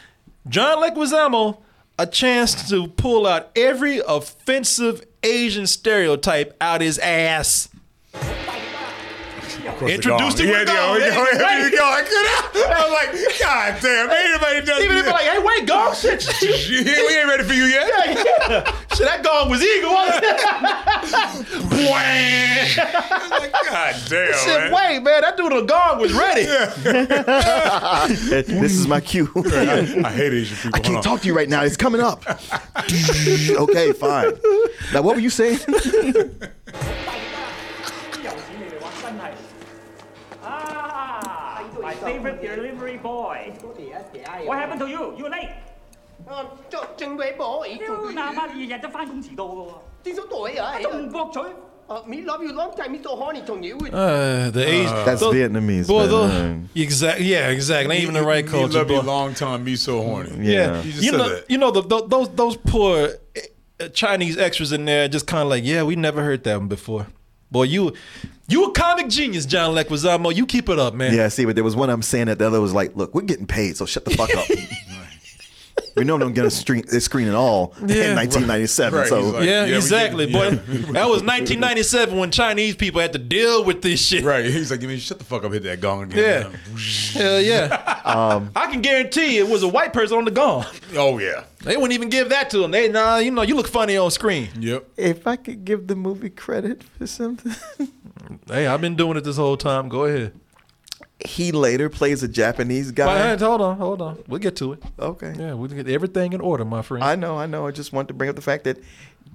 [SPEAKER 2] John Leguizamo a chance to pull out every offensive Asian stereotype out his ass.
[SPEAKER 15] course,
[SPEAKER 2] Introduced
[SPEAKER 15] the
[SPEAKER 2] him
[SPEAKER 15] gong.
[SPEAKER 2] with
[SPEAKER 15] yeah,
[SPEAKER 4] oh,
[SPEAKER 2] gong.
[SPEAKER 15] Yeah, yeah, yeah,
[SPEAKER 2] Right.
[SPEAKER 15] yeah, yeah, I could I was like, God damn, ain't nobody done
[SPEAKER 2] Even if
[SPEAKER 15] that.
[SPEAKER 2] like, hey, wait, gong shit.
[SPEAKER 15] we ain't ready for you yet.
[SPEAKER 2] Yeah, yeah. Shit, that gong was eagle, wasn't it?
[SPEAKER 15] God damn,
[SPEAKER 2] Shit,
[SPEAKER 15] man.
[SPEAKER 2] wait, man, that dude on the gong was ready.
[SPEAKER 3] this is my cue.
[SPEAKER 15] I hate Asian people.
[SPEAKER 3] I can't talk to you right now. It's coming up. okay, fine. Now, what were you saying?
[SPEAKER 16] Ah, my favorite delivery boy. What happened to you? You're late.
[SPEAKER 7] 啊，做政委部，咦，做佢嘢。點解對啊？啊，me love you long time, me so horny, 同你會-
[SPEAKER 2] Uh, the Asian.
[SPEAKER 3] That's
[SPEAKER 2] those-
[SPEAKER 3] Vietnamese,
[SPEAKER 2] Boy,
[SPEAKER 3] man.
[SPEAKER 2] those, exactly. Yeah, exactly. Ain't even the right culture.
[SPEAKER 4] love
[SPEAKER 2] boy.
[SPEAKER 4] you long time, me so horny.
[SPEAKER 2] Yeah,
[SPEAKER 4] You just
[SPEAKER 2] you
[SPEAKER 4] said
[SPEAKER 2] know,
[SPEAKER 4] that.
[SPEAKER 2] you know the, tho- those those poor uh, Chinese extras in there just kind of like, yeah, we never heard that one before. Boy, you you a comic genius, John Leguizamo. You keep it up, man.
[SPEAKER 3] Yeah, see, but there was one I'm saying that the other was like, look, we're getting paid, so shut the fuck up. we know we don't get a screen, a screen at all
[SPEAKER 2] Yeah.
[SPEAKER 3] in 1997.
[SPEAKER 2] Right,
[SPEAKER 3] So
[SPEAKER 2] he's like, yeah, exactly, boy. That was 1997 when Chinese people had to deal with this shit.
[SPEAKER 4] Right. He's like, give me shut the fuck up, hit that gong
[SPEAKER 2] Yeah,
[SPEAKER 4] again.
[SPEAKER 2] hell yeah. I can guarantee it was a white person on the gong.
[SPEAKER 4] Oh yeah.
[SPEAKER 2] They wouldn't even give that to them. They nah, you know, you look funny on screen.
[SPEAKER 4] Yep.
[SPEAKER 3] If I could give the movie credit for something.
[SPEAKER 2] Hey, I've been doing it this whole time. Go ahead.
[SPEAKER 3] He later plays a Japanese guy.
[SPEAKER 2] But, hey, hold on, hold on. We'll get to it.
[SPEAKER 3] Okay.
[SPEAKER 2] Yeah, we'll get everything in order, my friend.
[SPEAKER 3] I know, I know. I just want to bring up the fact that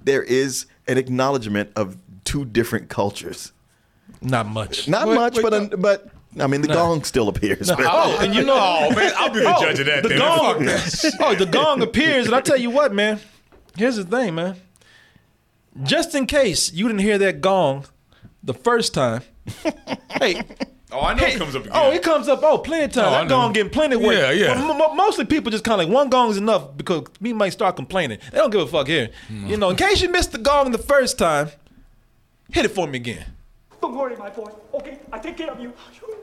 [SPEAKER 3] there is an acknowledgement of two different cultures.
[SPEAKER 2] Not much.
[SPEAKER 3] Not much, but a, but I mean, the gong still appears. but-
[SPEAKER 2] Oh, and you know,
[SPEAKER 4] Oh, man, I'll be the
[SPEAKER 2] Oh,
[SPEAKER 4] judge of that
[SPEAKER 2] The
[SPEAKER 4] then.
[SPEAKER 2] gong,
[SPEAKER 4] Fuck
[SPEAKER 2] oh, the gong appears, and I tell you what, man. Here's the thing, man. Just in case you didn't hear that gong the first time, hey.
[SPEAKER 4] Oh, I know it comes up again.
[SPEAKER 2] Oh, it comes up. Oh, plenty of time.
[SPEAKER 4] Oh, I
[SPEAKER 2] that gong
[SPEAKER 4] know.
[SPEAKER 2] getting plenty of work.
[SPEAKER 4] Yeah, yeah.
[SPEAKER 2] But mo- mo- mostly people just kind of like one gong is enough because me might start complaining. They don't give a fuck here. You know, in case you missed the gong the first time, hit it for me again.
[SPEAKER 16] Don't worry, my boy. Okay, I take care of you. You-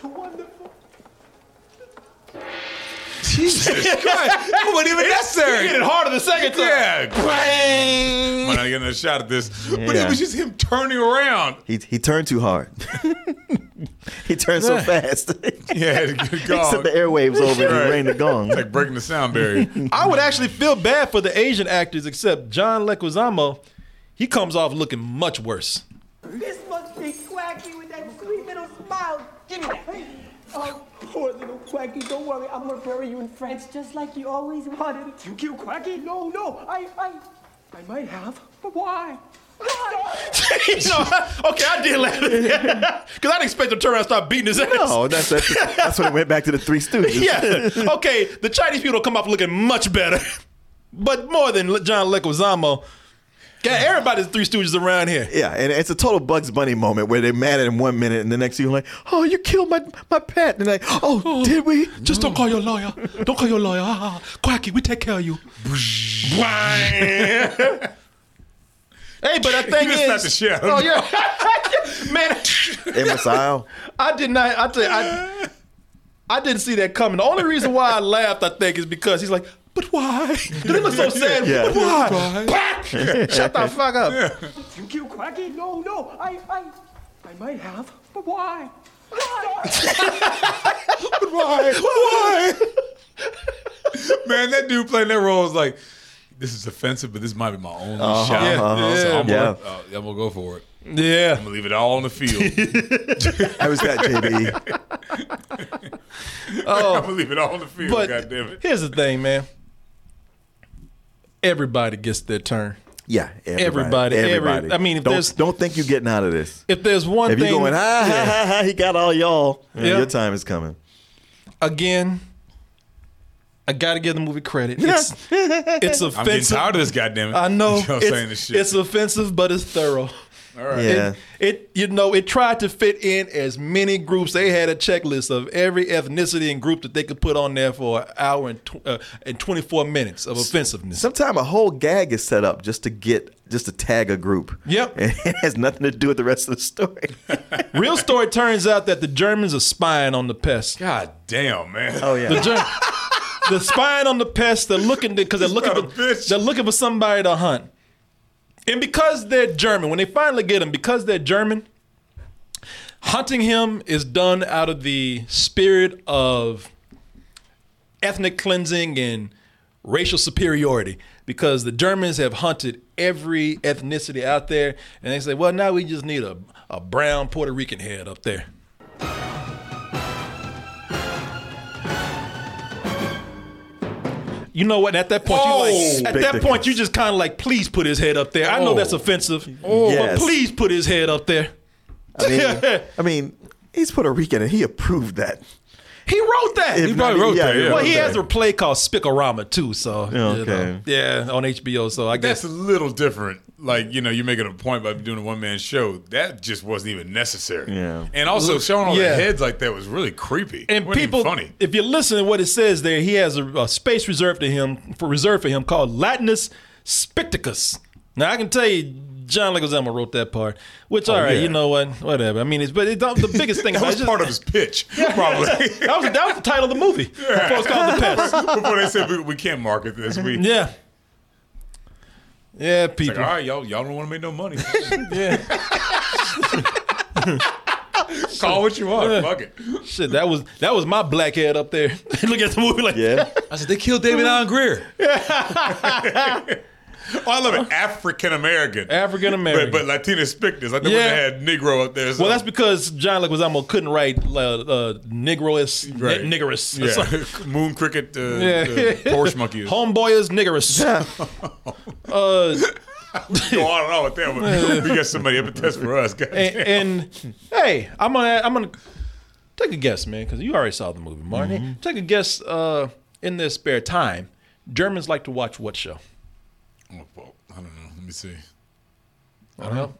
[SPEAKER 16] You're wonderful.
[SPEAKER 4] Jesus Christ. It wasn't even necessary.
[SPEAKER 2] You hit it harder the second time.
[SPEAKER 4] Yeah. Bang. Might not get another shot at this. But
[SPEAKER 3] Yeah.
[SPEAKER 4] it was just him turning around.
[SPEAKER 3] He he turned too hard. he turned so
[SPEAKER 4] Yeah.
[SPEAKER 3] fast.
[SPEAKER 4] Yeah, the
[SPEAKER 3] he
[SPEAKER 4] gong.
[SPEAKER 3] sent the airwaves over and
[SPEAKER 4] Right.
[SPEAKER 3] he rang the gong.
[SPEAKER 4] Like breaking the sound barrier.
[SPEAKER 2] I would actually feel bad for the Asian actors, except John Leguizamo. He comes off looking much worse.
[SPEAKER 12] This must be Quacky with that sweet little smile. Give me that. Oh, poor little Quacky. Don't worry, I'm gonna bury you in France just like you always wanted. You kill Quacky? No, no. I, I, I might have. But why? Why?
[SPEAKER 2] You know, okay, I did laugh. Because I didn't expect him to turn around and start beating his ass.
[SPEAKER 3] No, Oh, that's that's, that's when it went back to the Three Stooges.
[SPEAKER 2] yeah. Okay, the Chinese people come off looking much better, but more than Le- John Leguizamo. God, everybody's Three Stooges around here.
[SPEAKER 3] Yeah, and it's a total Bugs Bunny moment where they're mad at him one minute, and the next you're like, "Oh, you killed my my pet," and like, "Oh, did we?"
[SPEAKER 2] Just don't call your lawyer. Don't call your lawyer. Ah, Quacky, we take care of you.
[SPEAKER 4] hey,
[SPEAKER 2] but the thing
[SPEAKER 4] you just
[SPEAKER 2] is-
[SPEAKER 4] not the shit.
[SPEAKER 2] Oh yeah, man.
[SPEAKER 3] Amos Isle.
[SPEAKER 2] I did not. I, tell you, I I didn't see that coming. The only reason why I laughed, I think, is because he's like, "But why?" Dude, it looks so sad.
[SPEAKER 3] Yeah.
[SPEAKER 2] But why? Back! Shut the fuck up.
[SPEAKER 12] You kill Quacky? No, no. I, I, I might have. But why?
[SPEAKER 4] But why? Man, that dude playing that role was like, this is offensive, but this might be my only
[SPEAKER 3] Uh-huh,
[SPEAKER 4] shot.
[SPEAKER 3] uh-huh.
[SPEAKER 4] So I'm,
[SPEAKER 3] Yeah.
[SPEAKER 4] Gonna, uh, I'm gonna go for it.
[SPEAKER 2] Yeah.
[SPEAKER 4] I'm gonna leave it all on the field.
[SPEAKER 3] I was that JB.
[SPEAKER 2] Oh.
[SPEAKER 4] I'm gonna leave it all on the field.
[SPEAKER 2] But
[SPEAKER 4] God damn it.
[SPEAKER 2] here's the thing, man. Everybody gets their turn.
[SPEAKER 3] Yeah,
[SPEAKER 2] Everybody, every- I mean, if
[SPEAKER 3] don't,
[SPEAKER 2] there's-
[SPEAKER 3] don't think you're getting out of this.
[SPEAKER 2] If there's one
[SPEAKER 3] If
[SPEAKER 2] thing,
[SPEAKER 3] you're going,
[SPEAKER 4] "Ah,
[SPEAKER 3] ha ha
[SPEAKER 2] Yeah.
[SPEAKER 3] ha ha, he got all y'all. yeah,
[SPEAKER 2] Yeah.
[SPEAKER 3] Your time is coming.
[SPEAKER 4] ah."
[SPEAKER 2] again, I gotta give the movie credit. It's, it's offensive.
[SPEAKER 4] I'm getting tired of this. God damn it.
[SPEAKER 2] I know.
[SPEAKER 4] You know what I'm
[SPEAKER 2] it's,
[SPEAKER 4] saying this shit.
[SPEAKER 2] it's offensive, but it's thorough.
[SPEAKER 4] all right.
[SPEAKER 3] Yeah.
[SPEAKER 2] It, it you know it tried to fit in as many groups. They had a checklist of every ethnicity and group that they could put on there for an hour and tw- uh, and twenty four minutes of offensiveness.
[SPEAKER 3] Sometimes a whole gag is set up just to get just to tag a group.
[SPEAKER 2] Yep.
[SPEAKER 3] And it has nothing to do with the rest of the story.
[SPEAKER 2] Real story turns out that the Germans are spying on the pests.
[SPEAKER 4] God damn, man.
[SPEAKER 3] Oh yeah.
[SPEAKER 2] The Ger- the spying on the pests. They're looking because they're looking for they're looking for somebody to hunt. And because they're German, when they finally get them, because they're German, Hunting him is done out of the spirit of ethnic cleansing and racial superiority because the Germans have hunted every ethnicity out there and they say, well, now we just need a, a brown Puerto Rican head up there. You know what? At that point,
[SPEAKER 3] Oh,
[SPEAKER 2] you like, at that point, you just kind of like, please put his head up there. I know that's offensive,
[SPEAKER 3] Oh. Yes.
[SPEAKER 2] but please put his head up there.
[SPEAKER 3] I mean, I mean, he's Puerto Rican and he approved that.
[SPEAKER 2] He wrote that.
[SPEAKER 3] If
[SPEAKER 2] he probably
[SPEAKER 3] not-
[SPEAKER 2] wrote
[SPEAKER 3] yeah,
[SPEAKER 2] that.
[SPEAKER 3] he
[SPEAKER 2] Well,
[SPEAKER 3] wrote
[SPEAKER 2] he
[SPEAKER 3] that.
[SPEAKER 2] has a play called Spikorama too. So you
[SPEAKER 4] Okay.
[SPEAKER 2] know. yeah, on HBO. So I guess
[SPEAKER 4] That's a little different. Like you know, you're making a point by doing a one man show. That just wasn't even necessary.
[SPEAKER 2] Yeah.
[SPEAKER 4] And also showing all
[SPEAKER 2] Yeah.
[SPEAKER 4] the heads like that was really creepy.
[SPEAKER 2] and
[SPEAKER 4] Wasn't even
[SPEAKER 2] people.
[SPEAKER 4] funny.
[SPEAKER 2] If you're listening, to what it says there, he has a, a space reserved to him for reserved for him called Latinus Spicticus. Now I can tell you. John Leguizamo wrote that part, which all right,
[SPEAKER 4] yeah.
[SPEAKER 2] you know what, whatever. I mean, it's but it don't, the biggest thing
[SPEAKER 4] That
[SPEAKER 2] about
[SPEAKER 4] was
[SPEAKER 2] it just-
[SPEAKER 4] part of his pitch, probably.
[SPEAKER 2] that was that was the title of the movie. Before it's called the pest.
[SPEAKER 4] Before they said we, we can't market this, we
[SPEAKER 2] Yeah. Yeah,
[SPEAKER 4] It's
[SPEAKER 2] people.
[SPEAKER 4] Like, all right, y'all, y'all don't want to make no money.
[SPEAKER 2] yeah.
[SPEAKER 4] Call what you want.
[SPEAKER 2] Yeah.
[SPEAKER 4] Fuck it.
[SPEAKER 2] Shit, that was that was my black head up there. Look at the movie like
[SPEAKER 3] Yeah.
[SPEAKER 4] I said they killed David Allen Greer. oh, I love it. African American.
[SPEAKER 2] African American.
[SPEAKER 4] But, but Latina Spictus. I think yeah.
[SPEAKER 2] Yeah.
[SPEAKER 4] they had Negro up there. So.
[SPEAKER 2] Well, that's because John Leguizamo couldn't write uh, uh, Negroist, ni-
[SPEAKER 4] Right.
[SPEAKER 2] niggerous. or something.
[SPEAKER 4] yeah. Moon cricket, uh,
[SPEAKER 2] Yeah.
[SPEAKER 4] uh, porch monkey. is-
[SPEAKER 2] Homeboy is niggerous. uh,
[SPEAKER 4] Go on and on with that one. We got somebody up at test for us, guys.
[SPEAKER 2] and, and hey, I'm gonna I'm gonna take a guess, man, because you already saw the movie, Martin. Take a guess. Uh, in their spare time, Germans like to watch what show?
[SPEAKER 4] Oh, I don't know. Let me see.
[SPEAKER 2] I don't know.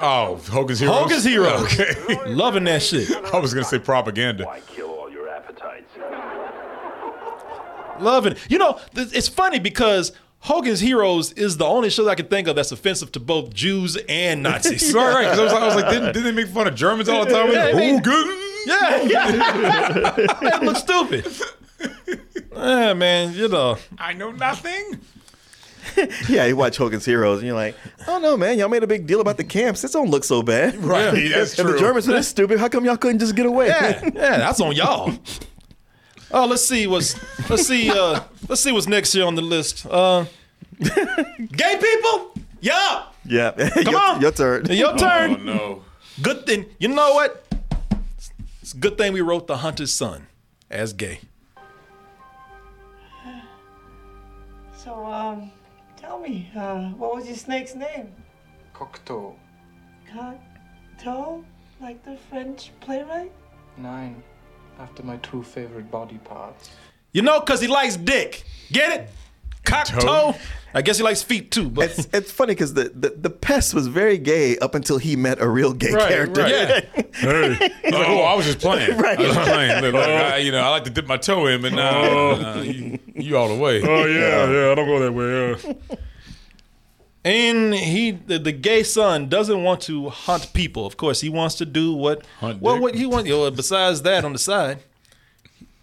[SPEAKER 4] Oh, Hogan's Heroes.
[SPEAKER 2] Hogan's Heroes.
[SPEAKER 4] Okay.
[SPEAKER 2] Loving that shit.
[SPEAKER 4] I was going to say propaganda.
[SPEAKER 2] Loving it. You know, th- it's funny because Hogan's Heroes is the only show that I can think of that's offensive to both Jews and Nazis.
[SPEAKER 4] right, right. 'cause I was like, I was like didn't, didn't they make fun of Germans all the time?
[SPEAKER 2] Yeah, I mean-
[SPEAKER 4] Hogan.
[SPEAKER 2] Yeah, yeah. that looks stupid. Yeah, man, you know.
[SPEAKER 4] I know nothing.
[SPEAKER 3] Yeah, you watch Hogan's Heroes and you're like, I don't know, man. Y'all made a big deal about the camps. This don't look so bad.
[SPEAKER 4] Right, Yeah. that's
[SPEAKER 3] If
[SPEAKER 4] true.
[SPEAKER 3] the Germans are this stupid, how come y'all couldn't just get away?
[SPEAKER 2] Yeah, yeah, that's on y'all. Oh, let's see what's let's see uh let's see what's next year on the list. Uh gay people? Yeah.
[SPEAKER 3] yeah.
[SPEAKER 2] Come
[SPEAKER 3] your,
[SPEAKER 2] on.
[SPEAKER 3] Your turn.
[SPEAKER 2] Your turn.
[SPEAKER 4] Oh, no.
[SPEAKER 2] Good thing you know what? It's a good thing we wrote the hunter's son as gay.
[SPEAKER 12] So, um, tell me, uh, what was your snake's name?
[SPEAKER 17] Cocteau.
[SPEAKER 12] Cocteau? Like the French playwright?
[SPEAKER 17] Nine. After my two favorite body parts.
[SPEAKER 2] You know, cause he likes dick. Get it? Cock toe. I guess he likes feet too, but
[SPEAKER 3] It's, it's funny because the, the, the pest was very gay up until he met a real gay
[SPEAKER 2] Right,
[SPEAKER 3] character.
[SPEAKER 2] right.
[SPEAKER 4] oh, I was just playing.
[SPEAKER 3] Right.
[SPEAKER 4] I was just playing. Look, look, I, you know, I like to dip my toe in, but nah, nah, you, you all the way.
[SPEAKER 2] Oh, yeah,
[SPEAKER 4] yeah. I don't go that way.
[SPEAKER 2] And he, the, the gay son, doesn't want to hunt people. Of course, he wants to do what,
[SPEAKER 4] Hunt
[SPEAKER 2] well,
[SPEAKER 4] dick.
[SPEAKER 2] what he wants. You know, besides that, on the side,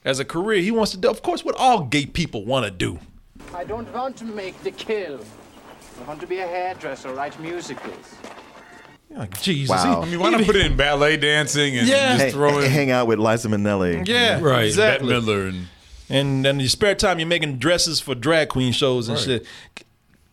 [SPEAKER 2] as a career, he wants to do. Of course, what all gay people want to do.
[SPEAKER 17] I don't want to make the kill. I want to be a hairdresser, write musicals.
[SPEAKER 2] You're Like, Jesus,
[SPEAKER 3] Wow.
[SPEAKER 2] he-
[SPEAKER 4] I mean, why not put it in ballet dancing and
[SPEAKER 2] Yeah.
[SPEAKER 4] just
[SPEAKER 3] Hang,
[SPEAKER 4] throw in
[SPEAKER 3] hang out with Liza Minnelli.
[SPEAKER 2] Yeah,
[SPEAKER 4] right,
[SPEAKER 2] exactly.
[SPEAKER 4] Bette Midler and
[SPEAKER 2] and then your spare time, you're making dresses for drag queen shows and
[SPEAKER 4] Right.
[SPEAKER 2] shit.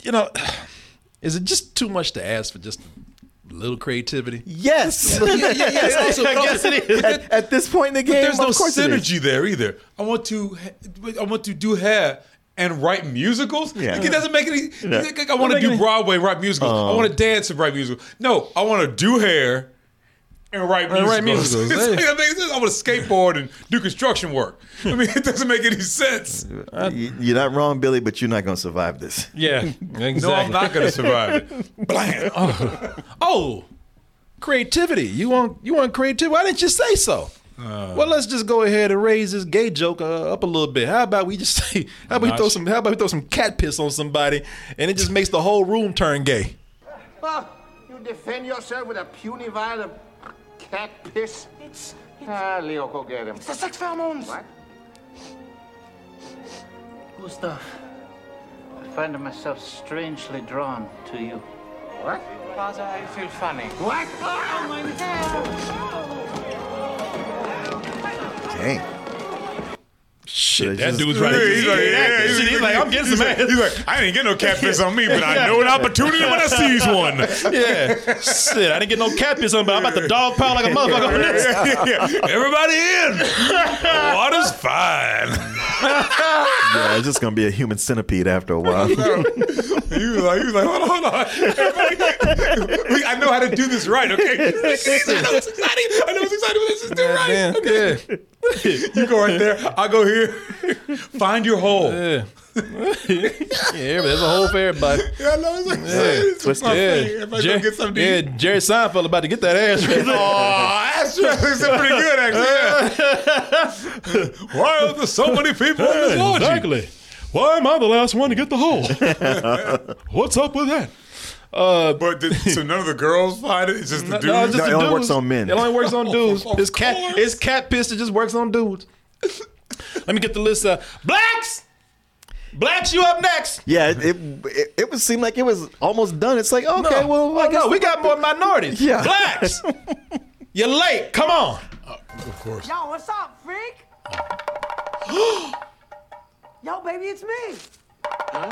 [SPEAKER 2] You know, is it just too much to ask for just a little creativity?
[SPEAKER 3] Yes.
[SPEAKER 4] Yeah, yeah, yeah, yeah. It's also-
[SPEAKER 2] I guess it is.
[SPEAKER 3] At, at this point in the
[SPEAKER 4] But
[SPEAKER 3] game,
[SPEAKER 4] there's no
[SPEAKER 3] of course it is.
[SPEAKER 4] synergy there either. I want to, ha- I want to do hair and write musicals.
[SPEAKER 3] Yeah.
[SPEAKER 4] It doesn't make any.
[SPEAKER 3] Yeah.
[SPEAKER 4] I want to
[SPEAKER 2] Doesn't make
[SPEAKER 4] do
[SPEAKER 2] any- Oh.
[SPEAKER 4] Broadway, and write musicals. I want to dance and write musicals. No, I want to do hair and write
[SPEAKER 2] And
[SPEAKER 4] musicals.
[SPEAKER 2] write musicals,
[SPEAKER 4] It's
[SPEAKER 2] yeah.
[SPEAKER 4] like, that makes sense. I want to skateboard and do construction work. I mean, it doesn't make any sense.
[SPEAKER 3] You- You're not wrong, Billy, but you're not going to survive this.
[SPEAKER 2] Yeah, exactly.
[SPEAKER 4] No, I'm not going to survive it.
[SPEAKER 2] Oh, creativity. You want you want creativity? Why didn't you say so?
[SPEAKER 4] Uh.
[SPEAKER 2] well, let's just go ahead and raise this gay joke uh, up a little bit. How about we just say? How about we throw
[SPEAKER 4] Nice.
[SPEAKER 2] some? How about we throw some cat piss on somebody, and it just makes the whole room turn gay.
[SPEAKER 8] Ah, you defend yourself with a puny vial of cat piss? It's. Ah, Leo, go get him.
[SPEAKER 7] The sex pheromones.
[SPEAKER 8] What?
[SPEAKER 11] Gustav, I find myself strangely drawn to you.
[SPEAKER 8] Hey,
[SPEAKER 11] What? Father, I feel funny. What? Oh, my
[SPEAKER 3] Dang.
[SPEAKER 2] Shit,
[SPEAKER 4] that dude's right.
[SPEAKER 2] He's like,
[SPEAKER 4] Yeah,
[SPEAKER 2] he's like, I'm getting some ass.
[SPEAKER 4] He's like, I didn't get no catfish on me, but I know an opportunity when I seize one.
[SPEAKER 2] yeah. Shit, I didn't get no cap or something, but I'm about to dog pound like a motherfucker on this.
[SPEAKER 4] Everybody in. Water's fine.
[SPEAKER 3] Yeah, it's just gonna be a human centipede after a while.
[SPEAKER 4] He was like, he was like, hold on, hold on. Everybody- I know how to do this right, okay? I know it's exciting. I know it's exciting, but this is too right. okay. you go right there. I'll go here. Find your hole.
[SPEAKER 2] Yeah. yeah, there's a hole for everybody.
[SPEAKER 4] Yeah, I know. It's like, it's
[SPEAKER 2] Twisted.
[SPEAKER 4] my
[SPEAKER 2] Yeah.
[SPEAKER 4] thing. Everybody
[SPEAKER 2] Jer-
[SPEAKER 4] go get something to
[SPEAKER 2] yeah,
[SPEAKER 4] eat.
[SPEAKER 2] Jerry Seinfeld about to get that ass. Right
[SPEAKER 4] Oh, that's true. It's pretty good, actually. yeah. Why are there so many people in this orgy?
[SPEAKER 2] Exactly. Why am I the last one to get the hole? What's up with that? Uh,
[SPEAKER 4] but did, so none of the girls find it. It's just the dude.
[SPEAKER 2] No, it's just
[SPEAKER 3] No, it
[SPEAKER 2] the
[SPEAKER 3] only
[SPEAKER 2] dudes.
[SPEAKER 3] works on men.
[SPEAKER 2] It only works on dudes.
[SPEAKER 4] Of
[SPEAKER 2] it's cat.
[SPEAKER 4] course.
[SPEAKER 2] It's cat piss that just works on dudes. Let me get the list. Uh, blacks, blacks, you up next?
[SPEAKER 3] Yeah, it, it it it would seem like it was almost done. It's like okay, well, I
[SPEAKER 2] oh,
[SPEAKER 3] guess
[SPEAKER 2] no, we got more minorities.
[SPEAKER 3] Yeah.
[SPEAKER 2] blacks, you're late. Come on.
[SPEAKER 4] Of course.
[SPEAKER 7] Yo, what's up, freak? Yo, baby, it's me.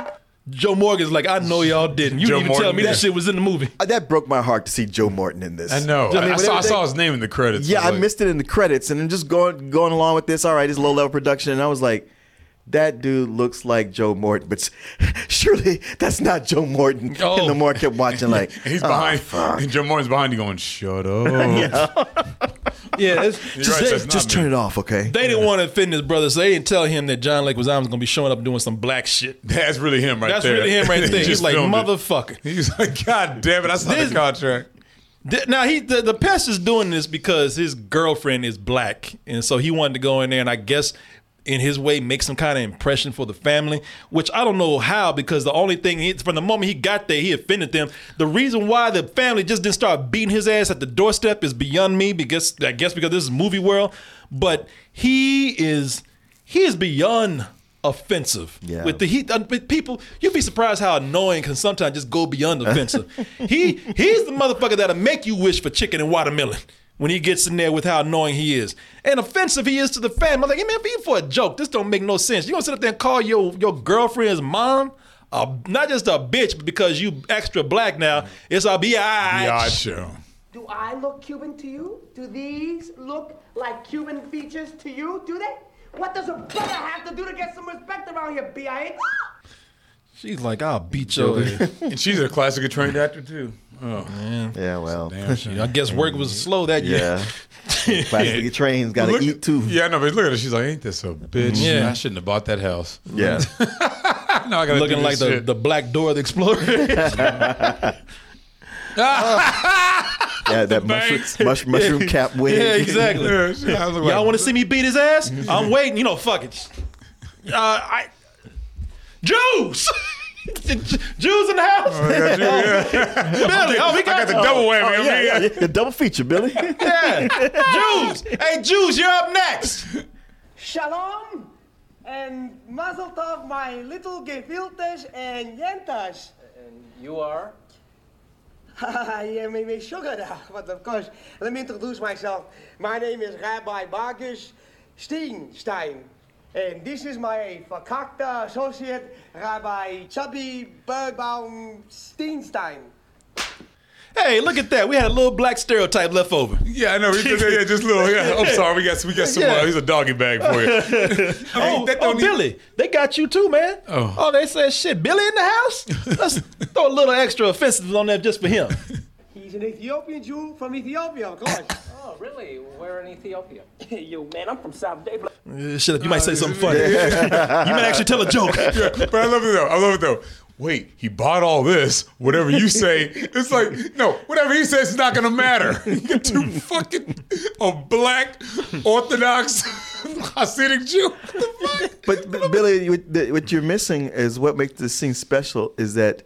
[SPEAKER 2] Joe Morgan's like, I know y'all didn't. You
[SPEAKER 4] Joe
[SPEAKER 2] didn't even tell
[SPEAKER 4] Morgan,
[SPEAKER 2] me that
[SPEAKER 4] yeah.
[SPEAKER 2] shit was in the movie.
[SPEAKER 3] Uh, that broke my heart to see Joe Morton in this.
[SPEAKER 4] I know.
[SPEAKER 3] mean,
[SPEAKER 4] I, I
[SPEAKER 3] with
[SPEAKER 4] saw, I
[SPEAKER 3] everything-
[SPEAKER 4] saw his name in the credits.
[SPEAKER 3] Yeah, I
[SPEAKER 4] was like,
[SPEAKER 3] missed it in the credits, and then just going going along with this. All right, it's low level production, and I was like, that dude looks like Joe Morton, but s- surely that's not Joe Morton.
[SPEAKER 4] Oh.
[SPEAKER 3] And the more I kept watching, like
[SPEAKER 4] He's
[SPEAKER 3] "Oh,
[SPEAKER 4] behind.
[SPEAKER 3] fuck."
[SPEAKER 4] Joe Morton's behind you, going, "Shut up."
[SPEAKER 2] Yeah, it's,
[SPEAKER 4] right,
[SPEAKER 3] Hey,
[SPEAKER 4] that's not
[SPEAKER 3] just
[SPEAKER 4] me.
[SPEAKER 3] turn it off, okay?
[SPEAKER 2] they didn't want to offend his brother, so they didn't tell him that John Leguizamo was gonna be showing up doing some black shit.
[SPEAKER 4] That's really him right
[SPEAKER 2] That's
[SPEAKER 4] there.
[SPEAKER 2] really him right
[SPEAKER 4] He
[SPEAKER 2] there. He's
[SPEAKER 4] just
[SPEAKER 2] like,
[SPEAKER 4] filmed it.
[SPEAKER 2] motherfucker.
[SPEAKER 4] He's like, God damn it! I saw
[SPEAKER 2] This-
[SPEAKER 4] the contract.
[SPEAKER 2] Th- Now he the, the pest is doing this because his girlfriend is black, and so he wanted to go in there and I guess in his way make some kind of impression for the family, which I don't know how because the only thing he, from the moment he got there he offended them. The reason why the family just didn't start beating his ass at the doorstep is beyond me because I guess because this is movie world, but he is he is beyond offensive
[SPEAKER 3] Yeah.
[SPEAKER 2] with the he uh, but people you'd be surprised how annoying can sometimes just go beyond offensive he he's the motherfucker that'll make you wish for chicken and watermelon when he gets in there with how annoying he is and offensive he is to the family I'm like hey man for you for a joke this don't make no sense you gonna sit up there and call your your girlfriend's mom uh, not just a bitch but because you extra black now it's a be
[SPEAKER 4] Yeah,
[SPEAKER 2] alright.
[SPEAKER 4] sure.
[SPEAKER 12] Do I look Cuban to you? Do these look like Cuban features to you? Do they? What does a brother have to do to get some respect around here, B.I.?
[SPEAKER 2] she's like I'll beat your ass.
[SPEAKER 4] And she's a classically trained actor too. Oh,
[SPEAKER 3] Yeah, well,
[SPEAKER 4] damn shit.
[SPEAKER 2] I guess work was slow that year
[SPEAKER 3] yeah. Plastic trains got to
[SPEAKER 4] Look-
[SPEAKER 3] eat too.
[SPEAKER 4] Yeah, no, but look at her. She's like, "Ain't this a bitch?
[SPEAKER 2] Yeah.
[SPEAKER 4] I shouldn't have bought that house."
[SPEAKER 3] Yeah.
[SPEAKER 4] now I gotta
[SPEAKER 2] looking
[SPEAKER 4] do
[SPEAKER 2] like
[SPEAKER 4] this
[SPEAKER 2] the,
[SPEAKER 4] shit.
[SPEAKER 2] the black door of the explorer
[SPEAKER 3] Yeah, that mushroom,
[SPEAKER 4] bangs.
[SPEAKER 3] mush, mushroom cap wig.
[SPEAKER 2] Yeah, exactly.
[SPEAKER 4] Yeah, shit, I was like,
[SPEAKER 2] Y'all want to see me beat his ass?
[SPEAKER 4] Mm-hmm.
[SPEAKER 2] I'm waiting. You know, fuck it. Uh, I Jews, Jews in the house.
[SPEAKER 4] got you,
[SPEAKER 2] Billy, oh, we
[SPEAKER 4] I
[SPEAKER 2] got,
[SPEAKER 4] got the double whammy. I mean,
[SPEAKER 3] Yeah, yeah, yeah. The double feature, Billy.
[SPEAKER 2] yeah. Jews. Hey, Jews, you're up next.
[SPEAKER 7] Shalom and mazel tov, my little gefiltes and yentas.
[SPEAKER 17] You are?
[SPEAKER 7] I am a Meshuggah, but of course, let me introduce myself. My name is Rabbi Marcus Steenstein, and this is my verkackte associate, Rabbi Chubby Bergbaum Steenstein.
[SPEAKER 2] Hey, look at that. We had a little black stereotype left over.
[SPEAKER 4] Yeah, I know. We just, yeah, just little. Yeah. I'm sorry. We got we got some.
[SPEAKER 2] Yeah.
[SPEAKER 4] Uh, here's a doggy bag for you.
[SPEAKER 2] Oh,
[SPEAKER 4] that
[SPEAKER 2] oh
[SPEAKER 4] don't even-
[SPEAKER 2] Billy, they got you too, man.
[SPEAKER 4] Oh.
[SPEAKER 2] they said shit. Billy in the house. Let's throw a little extra offensive on there just for him.
[SPEAKER 7] He's an Ethiopian Jew from Ethiopia, of course.
[SPEAKER 17] Oh, really? We're in Ethiopia.
[SPEAKER 13] Yo, man, I'm from South Day.
[SPEAKER 2] Uh, shut up. You might say something funny. you might actually tell a joke.
[SPEAKER 4] but I love it though. I love it though. Wait, he bought all this. Whatever you say, it's like no. Whatever he says is not gonna matter. You're too fucking a black Orthodox Hasidic Jew. What the fuck?
[SPEAKER 3] But, but Billy, what, the, what you're missing is what makes this scene special is that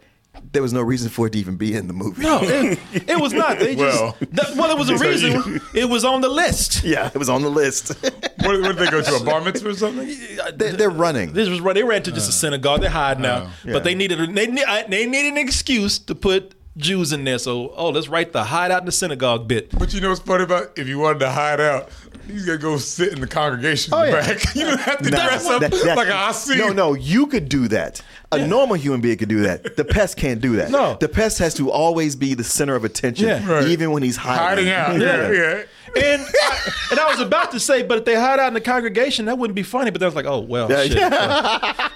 [SPEAKER 3] there was no reason for it to even be in the movie.
[SPEAKER 2] No, it, it was not. They just,
[SPEAKER 4] Well.
[SPEAKER 2] that, well, there was a
[SPEAKER 4] So you-
[SPEAKER 2] reason. It was on the list.
[SPEAKER 3] Yeah, it was on the list.
[SPEAKER 4] What, what did they go to a bar mitzvah or something?
[SPEAKER 3] they're, they're running.
[SPEAKER 2] This was right. They ran to just a synagogue. They're hiding now,
[SPEAKER 3] Yeah.
[SPEAKER 2] but they needed they ne- I- they needed an excuse to put Jews in there, so oh, let's write the hide out in the synagogue bit.
[SPEAKER 4] But you know what's funny about if you wanted to hide out, he's gonna go sit in the congregation in the back. You don't have to
[SPEAKER 3] Nah,
[SPEAKER 4] dress up
[SPEAKER 3] Oh, that- that-
[SPEAKER 4] like I see.
[SPEAKER 3] No, no, you could do that. A normal human being could do that. The pest can't do that. No, the pest has to always be the center of attention,
[SPEAKER 2] Yeah. Right.
[SPEAKER 3] even when he's hiding.
[SPEAKER 2] And I, and I was about to say, but if they hide out in the congregation, that wouldn't be funny. But I was like, oh well,
[SPEAKER 4] Yeah,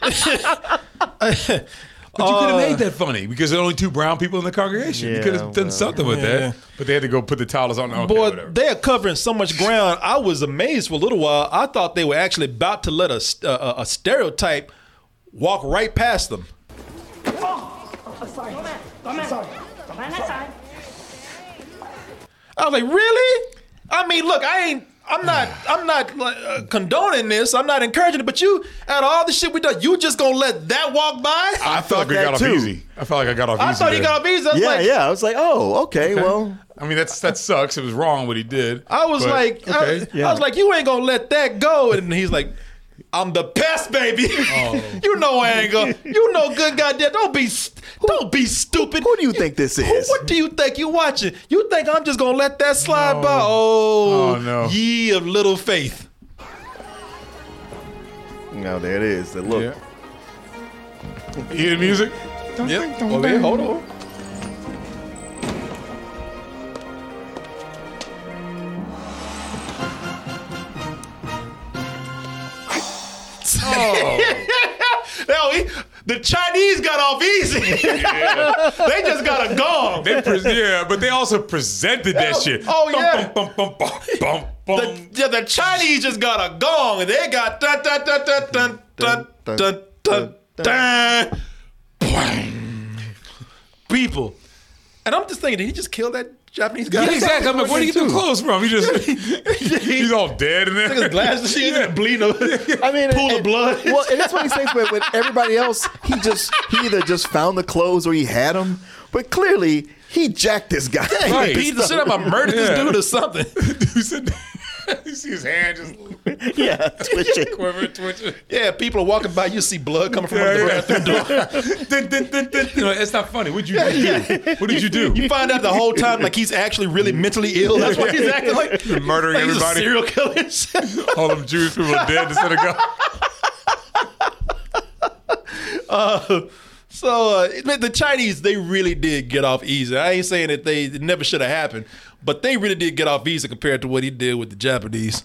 [SPEAKER 2] shit.
[SPEAKER 4] But you could have
[SPEAKER 2] Uh,
[SPEAKER 4] made that funny because there are only two brown people in the congregation. you
[SPEAKER 2] Yeah,
[SPEAKER 4] could have done
[SPEAKER 2] well,
[SPEAKER 4] something with
[SPEAKER 2] yeah.
[SPEAKER 4] that. But they had to go put the towels on. Okay,
[SPEAKER 2] Boy,
[SPEAKER 4] whatever.
[SPEAKER 2] they are covering so much ground. I was amazed for a little while. I thought they were actually about to let a, st- a, a stereotype walk right past them.
[SPEAKER 12] I'm sorry. I'm sorry.
[SPEAKER 16] Man, that's fine.
[SPEAKER 2] I was like, really? I mean, look, I ain't. I'm not. I'm not like, uh, condoning this. I'm not encouraging it. But you, out of all the shit we done, you just gonna let that walk by?
[SPEAKER 4] I, felt like I got
[SPEAKER 3] that
[SPEAKER 4] off
[SPEAKER 3] too.
[SPEAKER 4] easy. I felt like I got off
[SPEAKER 2] I
[SPEAKER 4] easy.
[SPEAKER 2] thought he
[SPEAKER 4] there.
[SPEAKER 2] got off easy. I was Yeah, like-
[SPEAKER 3] yeah. I was like, oh, okay, well.
[SPEAKER 4] I mean, that's that sucks. It was wrong what he did.
[SPEAKER 2] I was
[SPEAKER 4] but-
[SPEAKER 2] like, I-
[SPEAKER 4] okay.
[SPEAKER 2] I, was like, you ain't gonna let that go. And he's like, I'm the pest, baby. you know I ain't gonna. You know, good goddamn. Don't be, st- don't be stupid. Who
[SPEAKER 3] do you think this is?
[SPEAKER 2] what do you think you watching? You think I'm just gonna let that slide by? Oh,
[SPEAKER 3] Oh, no.
[SPEAKER 2] ye of little faith.
[SPEAKER 3] No, there it is. The look.
[SPEAKER 4] You hear the music? Don't
[SPEAKER 2] Yep.
[SPEAKER 4] think, don't
[SPEAKER 2] Oh, yeah,
[SPEAKER 4] think.
[SPEAKER 2] hold on. Now, he- the Chinese got off easy. they just got a gong.
[SPEAKER 4] They pres yeah, but they also presented that
[SPEAKER 2] Oh,
[SPEAKER 4] shit.
[SPEAKER 2] oh, yeah.
[SPEAKER 4] Bum, bum, bum, bum, bum, bum, bum.
[SPEAKER 2] The, yeah, the Chinese just got a gong. and They got dun dun dun dun dun dun dun dun dun. Bwang. People, and I'm just thinking, did he just kill that Japanese guy?
[SPEAKER 4] Yeah, exactly. I'm like, where do you get the clothes from? He just he's all dead in there.
[SPEAKER 2] Took his glasses, he's in a bleeding. I
[SPEAKER 3] mean,
[SPEAKER 2] pool of
[SPEAKER 3] and-
[SPEAKER 2] blood.
[SPEAKER 3] Well, and that's one of these things where with everybody else, he just he either just found the clothes or he had them. But clearly, he jacked this guy.
[SPEAKER 2] Yeah, he beat the shit out of him, murdered this Yeah. dude or something.
[SPEAKER 4] you see his hand just
[SPEAKER 3] yeah, twitching.
[SPEAKER 4] quiver, twitching.
[SPEAKER 2] Yeah, people are walking by. You see blood coming from under the bathroom
[SPEAKER 4] door. you know, it's not funny. What'd you do? What did you do?
[SPEAKER 2] You find out the whole time like he's actually really mentally ill. That's why he's acting like
[SPEAKER 4] He's murdering
[SPEAKER 2] like he's a
[SPEAKER 4] everybody.
[SPEAKER 2] serial killer.
[SPEAKER 4] All them Jewish people are dead in the synagogue.
[SPEAKER 2] Uh, so uh, man, the Chinese, they really did get off easy. I ain't saying that they it never should have happened, but they really did get off easy compared to what he did with the Japanese.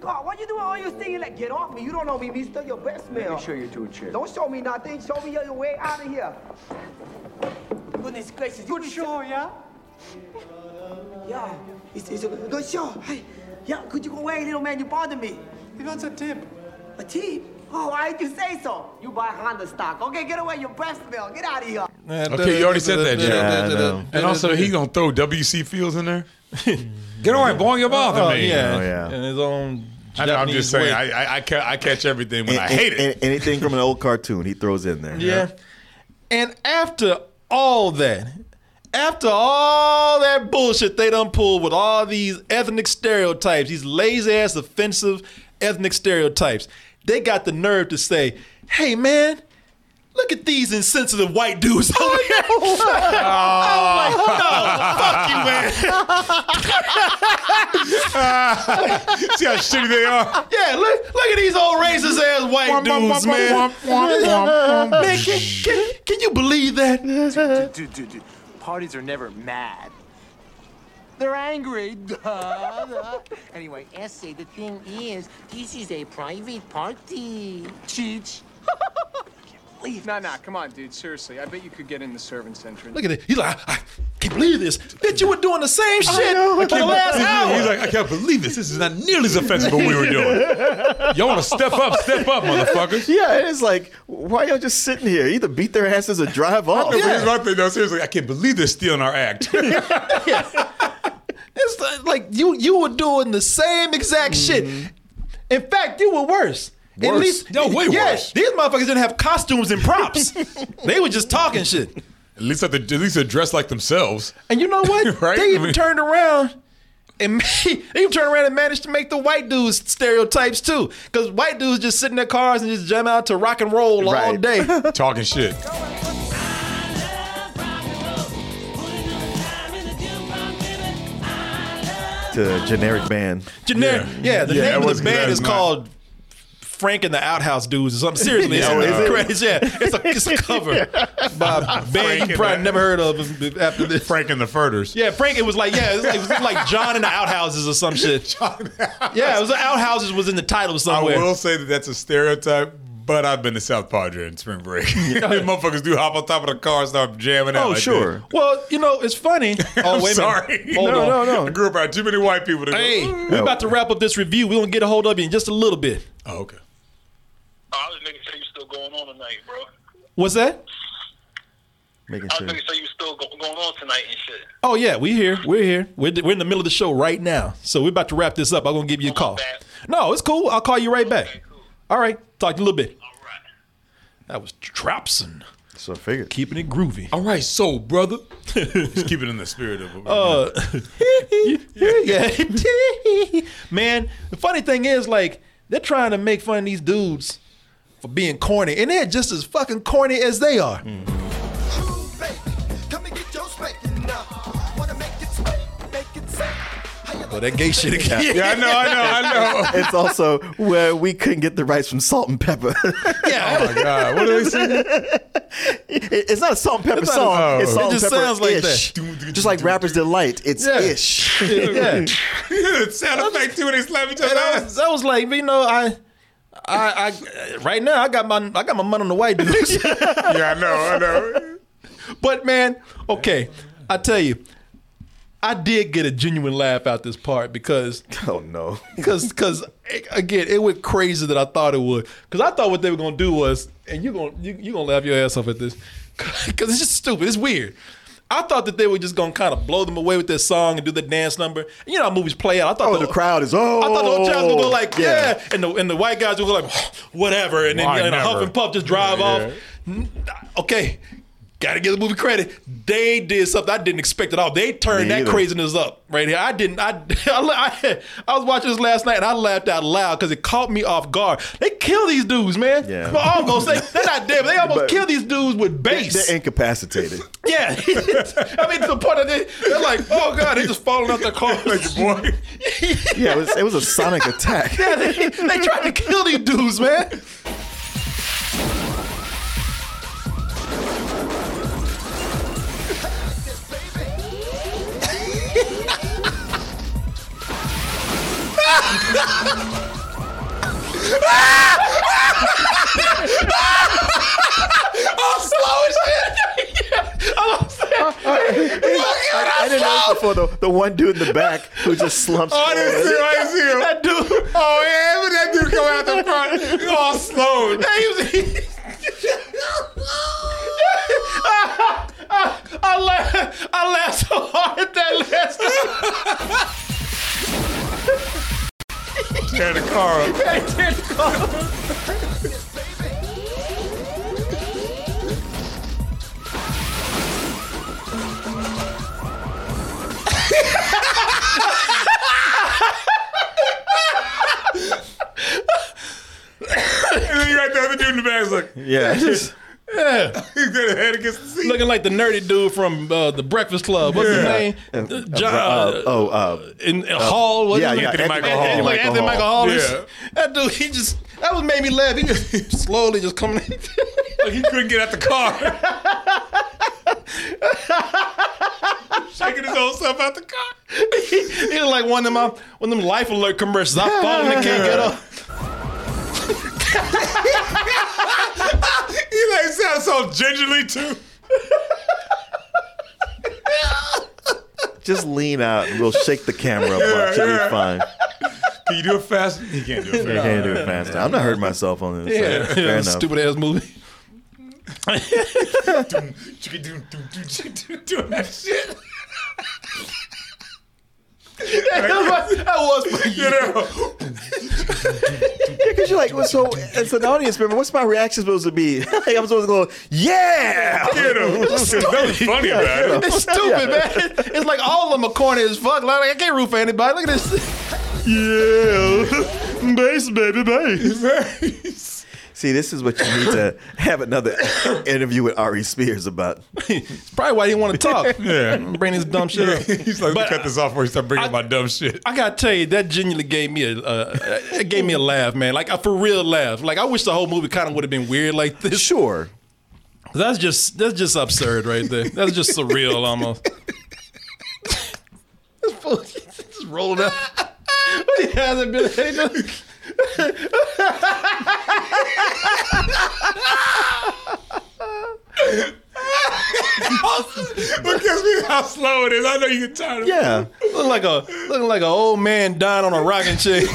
[SPEAKER 12] God, why you doing all your singing? Like, get off me. You don't know me, mister. Your best man.
[SPEAKER 17] Let me show you to a chair.
[SPEAKER 12] Don't show me nothing. Show me your way out of here. Goodness gracious. Good show, yeah? Yeah. It's, it's a good show. Hey, yeah, could you go away, little man? You bother me. He wants a tip. A tip? Oh, why did you say so? You buy Honda stock. Okay, get away. Your breath smell. Get out of here.
[SPEAKER 4] Okay, you already said that, Jim.
[SPEAKER 2] Yeah, I know.
[SPEAKER 4] and also, he gonna throw WC Fields in there. Get away, boy! You're bothering
[SPEAKER 2] Oh,
[SPEAKER 4] me.
[SPEAKER 2] yeah. And his own.
[SPEAKER 4] I know, I'm just
[SPEAKER 2] Japanese
[SPEAKER 4] saying.
[SPEAKER 2] way.
[SPEAKER 4] I, I, I, ca- I catch everything when
[SPEAKER 3] And-
[SPEAKER 4] I hate
[SPEAKER 3] and-
[SPEAKER 4] it.
[SPEAKER 3] and anything from an old cartoon, he throws in there.
[SPEAKER 2] Yeah. And after all that, after all that bullshit they done pulled with all these ethnic stereotypes, these lazy ass offensive ethnic stereotypes, they got the nerve to say, hey man, look at these insensitive white dudes over here. I'm like, no, fuck you, man.
[SPEAKER 4] See how shitty they are.
[SPEAKER 2] Yeah, look, look at these old racist ass white
[SPEAKER 4] Womp, womp,
[SPEAKER 2] dudes,
[SPEAKER 4] womp,
[SPEAKER 2] man.
[SPEAKER 4] womp, womp, womp, womp.
[SPEAKER 2] Man, can, can, can you believe
[SPEAKER 3] Uh,
[SPEAKER 2] that?
[SPEAKER 18] Dude, dude, dude. Parties are never mad. They're angry. Duh, duh. anyway, Essay, the thing is, this is a private party. Cheech.
[SPEAKER 19] Nah, nah, come on, dude. Seriously, I bet you could get in the servants' entrance.
[SPEAKER 2] Look at it. He's like, I, I can't believe this. Bitch, you were doing the same shit for the last hour.
[SPEAKER 4] He's like, I can't believe this. This is not nearly as offensive as what we were doing. Y'all want to step up, step up, motherfuckers.
[SPEAKER 3] Yeah, it is like, why y'all just sitting here? Either beat their asses or drive
[SPEAKER 4] No,
[SPEAKER 3] off.
[SPEAKER 4] but here's my thing, though. Seriously, I can't believe they're stealing our act.
[SPEAKER 2] It's like- like you you were doing the same exact shit. In fact, you were worse. At
[SPEAKER 4] Mm-hmm. Worse?
[SPEAKER 2] least,
[SPEAKER 4] No, way
[SPEAKER 2] yeah,
[SPEAKER 4] worse.
[SPEAKER 2] These motherfuckers didn't have costumes and props. they were just talking shit.
[SPEAKER 4] At least, at, the, at least they're dressed like themselves.
[SPEAKER 2] And you know what?
[SPEAKER 4] Right?
[SPEAKER 2] They
[SPEAKER 4] I
[SPEAKER 2] even
[SPEAKER 4] mean-
[SPEAKER 2] turned around and made, they even turned around and managed to make the white dudes stereotypes too. Because white dudes just sit in their cars and just jam out to rock and roll all day.
[SPEAKER 4] Talking shit.
[SPEAKER 3] to generic band.
[SPEAKER 2] Generic. Yeah, the
[SPEAKER 3] Yeah, that
[SPEAKER 2] name of
[SPEAKER 3] was-
[SPEAKER 2] the
[SPEAKER 3] that
[SPEAKER 2] band
[SPEAKER 3] was
[SPEAKER 2] is
[SPEAKER 3] mine.
[SPEAKER 2] called Frank and the Outhouse Dudes or something. Seriously, it's,
[SPEAKER 3] Oh, is it?
[SPEAKER 2] crazy. Yeah, it's a, it's a cover by a band you probably never heard of after this.
[SPEAKER 4] Frank and the Furders.
[SPEAKER 2] Yeah, Frank. It was like yeah, it was like, it was like John and the Outhouses or some shit. yeah, it was the Outhouses was in the title somewhere.
[SPEAKER 4] I will say that that's a stereotype, but I've been to South Padre in spring break. These motherfuckers do hop on top of the car and start jamming out.
[SPEAKER 2] Oh,
[SPEAKER 4] like
[SPEAKER 2] sure.
[SPEAKER 4] that.
[SPEAKER 2] Well, you know, it's funny.
[SPEAKER 4] I'm
[SPEAKER 2] Oh, wait a
[SPEAKER 4] sorry.
[SPEAKER 2] minute. Hold on.
[SPEAKER 4] I grew up around too many white people to go.
[SPEAKER 2] Hey, we're about to wrap up this review. We're gonna get a hold of you in just a little bit.
[SPEAKER 4] Oh, okay.
[SPEAKER 2] What's that?
[SPEAKER 3] Making
[SPEAKER 2] sure. Oh yeah, we here. We're here. We're, we're in the middle of the show right now, so we're about to wrap this up. I'm gonna give you a call. No, it's cool. I'll call you right back. All right, talk to you in a little bit. All right. That was Trapson.
[SPEAKER 3] So I figured.
[SPEAKER 2] Keeping it groovy.
[SPEAKER 4] All right, so brother, Oh. just keep it in the spirit of it.
[SPEAKER 2] Uh, yeah. Man, the funny thing is, like, they're trying to make fun of these dudes for being corny, and they're just as fucking corny as they are. Oh, that gay shit again.
[SPEAKER 4] Yeah, I know, I know, I know.
[SPEAKER 3] It's also where we couldn't get the rights from Salt and Pepper.
[SPEAKER 2] Yeah.
[SPEAKER 4] Oh my God, what are they singing?
[SPEAKER 3] it's not a Salt and Pepper
[SPEAKER 4] It's not
[SPEAKER 3] song.
[SPEAKER 4] a-
[SPEAKER 3] it's
[SPEAKER 4] oh.
[SPEAKER 3] Salt
[SPEAKER 4] It just
[SPEAKER 3] and Pepper
[SPEAKER 4] sounds like
[SPEAKER 3] ish. Just like Rappers Delight. It's
[SPEAKER 2] Yeah.
[SPEAKER 3] ish.
[SPEAKER 2] Yeah.
[SPEAKER 4] Sound effect too, when they slap each
[SPEAKER 2] And
[SPEAKER 4] other.
[SPEAKER 2] I was, I was like, you know, I, I, I, right now, I got my, I got my money on the white dudes.
[SPEAKER 4] yeah, I know, I know.
[SPEAKER 2] But man, okay, I tell you, I did get a genuine laugh out this part because,
[SPEAKER 3] oh no,
[SPEAKER 2] because, because again, it went crazy that I thought it would. Because I thought what they were gonna do was, and you gonna you you gonna laugh your ass off at this, because it's just stupid. It's weird. I thought that they were just gonna kind of blow them away with their song and do the dance number. You know how movies play out. I thought
[SPEAKER 3] Oh, the crowd is oh.
[SPEAKER 2] I thought the old guys would go like, yeah. and the and the white guys would go like, whatever, and then
[SPEAKER 4] Why
[SPEAKER 2] you know,
[SPEAKER 4] never?
[SPEAKER 2] huff and puff just drive
[SPEAKER 4] Yeah,
[SPEAKER 2] off.
[SPEAKER 4] yeah.
[SPEAKER 2] N- Okay, gotta give the movie credit. They did something I didn't expect at all. They turned
[SPEAKER 3] Me
[SPEAKER 2] that
[SPEAKER 3] either.
[SPEAKER 2] craziness up right here. I didn't. I I, la- I was watching this last night and I laughed out loud because it caught me off guard. They kill these dudes, man.
[SPEAKER 3] Yeah.
[SPEAKER 2] Well, I'm gonna say they're not dead, but they almost
[SPEAKER 3] But-
[SPEAKER 2] kill these dudes with bass.
[SPEAKER 3] They're incapacitated.
[SPEAKER 2] Yeah, I mean to the point that they, they're like, oh god, they just falling out the car.
[SPEAKER 4] boy.
[SPEAKER 3] yeah, it was, it was a sonic attack.
[SPEAKER 2] Yeah, they, they tried to kill these dudes, man.
[SPEAKER 4] I'm slow as shit.
[SPEAKER 3] I, I didn't know before the, the one dude in the back who just slumps.
[SPEAKER 4] Oh, I didn't see
[SPEAKER 3] forward.
[SPEAKER 4] him. I didn't see him.
[SPEAKER 2] That dude.
[SPEAKER 4] Oh, yeah, but that dude come out the front. He
[SPEAKER 2] Oh,
[SPEAKER 4] All slow.
[SPEAKER 2] Yeah, he was. He, I, I, I, laughed, I laughed so hard at that last time.
[SPEAKER 4] Tear the car up.
[SPEAKER 2] I did go.
[SPEAKER 4] And then you got the other dude in the back. He's like,
[SPEAKER 3] Yeah, just
[SPEAKER 2] Yeah.
[SPEAKER 4] he's got his head against the seat.
[SPEAKER 2] Looking like the nerdy dude from uh, the Breakfast Club. What's his
[SPEAKER 4] Yeah.
[SPEAKER 2] name?
[SPEAKER 3] and-
[SPEAKER 2] Uh,
[SPEAKER 3] uh,
[SPEAKER 2] John,
[SPEAKER 3] uh, oh, uh,
[SPEAKER 2] in, in Hall. What
[SPEAKER 3] yeah,
[SPEAKER 2] is it?
[SPEAKER 3] yeah,
[SPEAKER 4] Anthony Michael
[SPEAKER 2] Anthony-
[SPEAKER 4] Hall.
[SPEAKER 2] Anthony Michael,
[SPEAKER 3] Michael
[SPEAKER 2] Hall. is-
[SPEAKER 4] Yeah.
[SPEAKER 2] That dude, he just that was made me laugh. He just slowly just coming.
[SPEAKER 4] Like he couldn't get out the car. Shaking his own self out the car.
[SPEAKER 2] he, he was like one of them uh, one of them life alert commercials. I fall and I can't get up.
[SPEAKER 4] He like sounds so gingerly too.
[SPEAKER 3] just lean out and we'll shake the camera a bunch. It'll be fine.
[SPEAKER 4] Can you do it fast? He can't do it fast.
[SPEAKER 3] I can't do it faster. I'm not hurting myself on this.
[SPEAKER 2] Yeah,
[SPEAKER 3] so fair enough.
[SPEAKER 2] stupid ass movie.
[SPEAKER 4] Doing that shit.
[SPEAKER 2] that was funny.
[SPEAKER 4] You know,
[SPEAKER 3] Because you're like, well, so as an audience member, what's my reaction supposed to be? like, I'm supposed to go, yeah.
[SPEAKER 4] you know. There's nothing funny about it.
[SPEAKER 2] It's stupid, man. It's like all of them are corny as fuck. Like I can't root for anybody. Look at this.
[SPEAKER 3] Yeah. Bass, baby, bass.
[SPEAKER 4] Nice.
[SPEAKER 3] See, this is what you need to have another interview with Ari Spears about.
[SPEAKER 2] it's probably why he didn't want to talk.
[SPEAKER 4] Yeah.
[SPEAKER 2] bring this dumb shit up.
[SPEAKER 4] He's like, cut this off before you start bringing up my dumb shit.
[SPEAKER 2] I gotta tell you, that genuinely gave me a uh, it gave me a laugh, man. Like a for real laugh. Like I wish the whole movie kind of would have been weird like this.
[SPEAKER 3] Sure.
[SPEAKER 2] That's just that's just absurd right there. That's just surreal almost.
[SPEAKER 10] Just rolled up. he hasn't been. He just-
[SPEAKER 4] what gives me how slow it is? I know you get tired of
[SPEAKER 3] Yeah.
[SPEAKER 2] Looking like a looking like an old man dying on a rocking chair.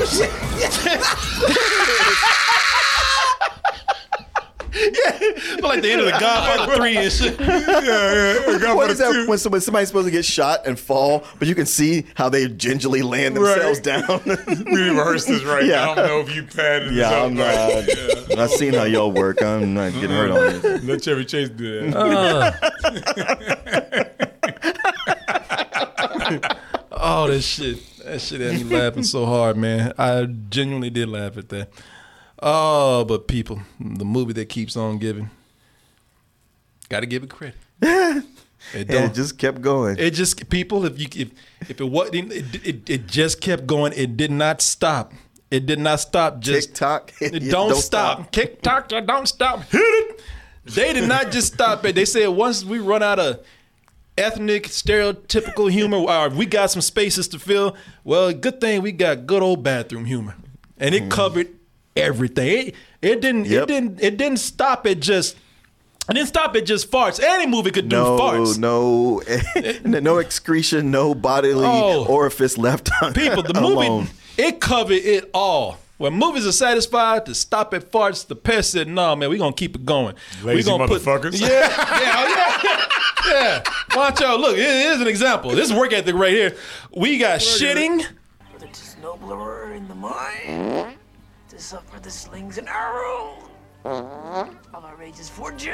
[SPEAKER 2] Look like the end of the Godfather three and shit.
[SPEAKER 3] what is that when somebody, somebody's supposed to get shot and fall, but you can see how they gingerly land themselves down?
[SPEAKER 4] we rehearse this right
[SPEAKER 3] Yeah.
[SPEAKER 4] now. I don't know if you padded this
[SPEAKER 3] yeah,
[SPEAKER 4] up,
[SPEAKER 3] I'm
[SPEAKER 4] but-
[SPEAKER 3] not. I've seen how y'all work. I'm not getting hurt on this.
[SPEAKER 4] Let Chevy Chase do that.
[SPEAKER 2] Oh, that shit. That shit had me laughing so hard, man. I genuinely did laugh at that. Oh, but people, the movie that keeps on giving. Gotta give it credit. It
[SPEAKER 3] And it just kept going.
[SPEAKER 2] It just people if you if if it was it, it it just kept going. It did not stop. It did not stop. Just
[SPEAKER 3] TikTok,
[SPEAKER 2] it,
[SPEAKER 3] it
[SPEAKER 2] don't,
[SPEAKER 3] don't
[SPEAKER 2] stop.
[SPEAKER 3] stop.
[SPEAKER 2] TikTok, it don't stop. Hit it. They did not just stop it. They said once we run out of ethnic stereotypical humor, or we got some spaces to fill. Well, good thing we got good old bathroom humor, and it covered everything. It it didn't
[SPEAKER 3] Mm. Yep.
[SPEAKER 2] it didn't it didn't stop at just. It didn't stop at just farts. Any movie could do
[SPEAKER 3] no,
[SPEAKER 2] farts.
[SPEAKER 3] no, no excretion, no bodily
[SPEAKER 2] Oh.
[SPEAKER 3] orifice left. Un-
[SPEAKER 2] people, the movie
[SPEAKER 3] alone.
[SPEAKER 2] it covered it all. When movies are satisfied to stop at farts, the pest said, "No, man, we gonna keep it going. we
[SPEAKER 4] Lazy
[SPEAKER 2] gonna
[SPEAKER 4] motherfuckers.
[SPEAKER 2] Put, yeah, yeah, oh, yeah, yeah. Watch out! Look, here's an example. This work ethic right here. We got shitting.
[SPEAKER 5] There's no blur in the mind. To suffer the slings and arrows of outrageous fortune.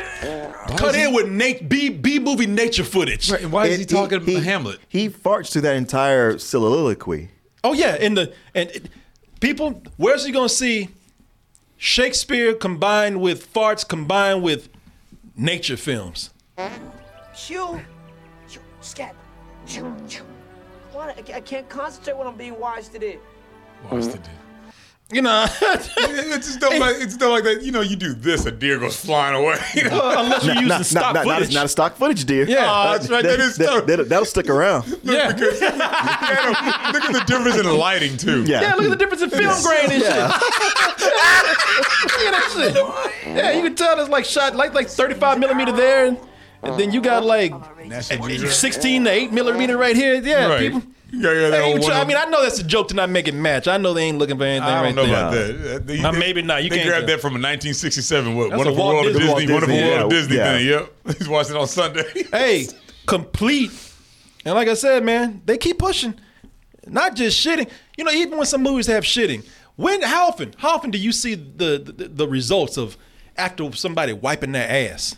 [SPEAKER 2] Cut in with Nate B B movie nature footage.
[SPEAKER 4] why
[SPEAKER 3] It- He farts through that entire soliloquy.
[SPEAKER 2] Oh yeah, in the and it- people, where's he gonna see Shakespeare combined with farts combined with nature films?
[SPEAKER 5] Chew. Chew. Scat. Chew. Chew. What? I, I can't concentrate when I'm being wise today.
[SPEAKER 2] You know,
[SPEAKER 4] it's just stuff like it's stuff like that. You know, you do this, a deer goes flying away. You know?
[SPEAKER 2] Well, unless
[SPEAKER 3] Not- not, not, not, not, not a stock footage, dear. Uh,
[SPEAKER 4] Yeah. Oh, that's right, that is
[SPEAKER 3] that,
[SPEAKER 4] dope.
[SPEAKER 3] that, will stick around.
[SPEAKER 2] Yeah.
[SPEAKER 4] look at the difference in the lighting too.
[SPEAKER 3] Yeah.
[SPEAKER 2] Yeah, look at the difference in film grain and
[SPEAKER 4] Yeah.
[SPEAKER 2] shit. Look at that shit. Yeah, you can tell it's like shot like like 35 millimeter there, and, and then you got like 16 to 8 millimeter right here. Yeah,
[SPEAKER 4] Right.
[SPEAKER 2] people.
[SPEAKER 4] Yeah, yeah,
[SPEAKER 2] They
[SPEAKER 4] that
[SPEAKER 2] ain't
[SPEAKER 4] one
[SPEAKER 2] try- I
[SPEAKER 4] of-
[SPEAKER 2] mean, I know that's a joke to not make it match. I know they ain't looking for anything
[SPEAKER 4] I
[SPEAKER 2] right
[SPEAKER 4] don't know
[SPEAKER 2] there.
[SPEAKER 4] about that. They-
[SPEAKER 2] Uh,
[SPEAKER 4] they-
[SPEAKER 2] maybe not. You
[SPEAKER 4] they
[SPEAKER 2] can't
[SPEAKER 4] grabbed
[SPEAKER 2] do-
[SPEAKER 4] that from a 1967 what,
[SPEAKER 2] That's a
[SPEAKER 4] wonderful
[SPEAKER 2] Walt
[SPEAKER 4] world of
[SPEAKER 2] Disney-
[SPEAKER 4] Disney,
[SPEAKER 2] Walt
[SPEAKER 4] wonderful
[SPEAKER 2] Disney,
[SPEAKER 4] world of
[SPEAKER 2] yeah.
[SPEAKER 4] Disney
[SPEAKER 2] Yeah.
[SPEAKER 4] thing. Yep, he's watching on Sunday.
[SPEAKER 2] hey, complete. And like I said, man, they keep pushing. Not just shitting. You know, even when some movies have shitting, when how often? How often do you see the the, the results of after somebody wiping their ass?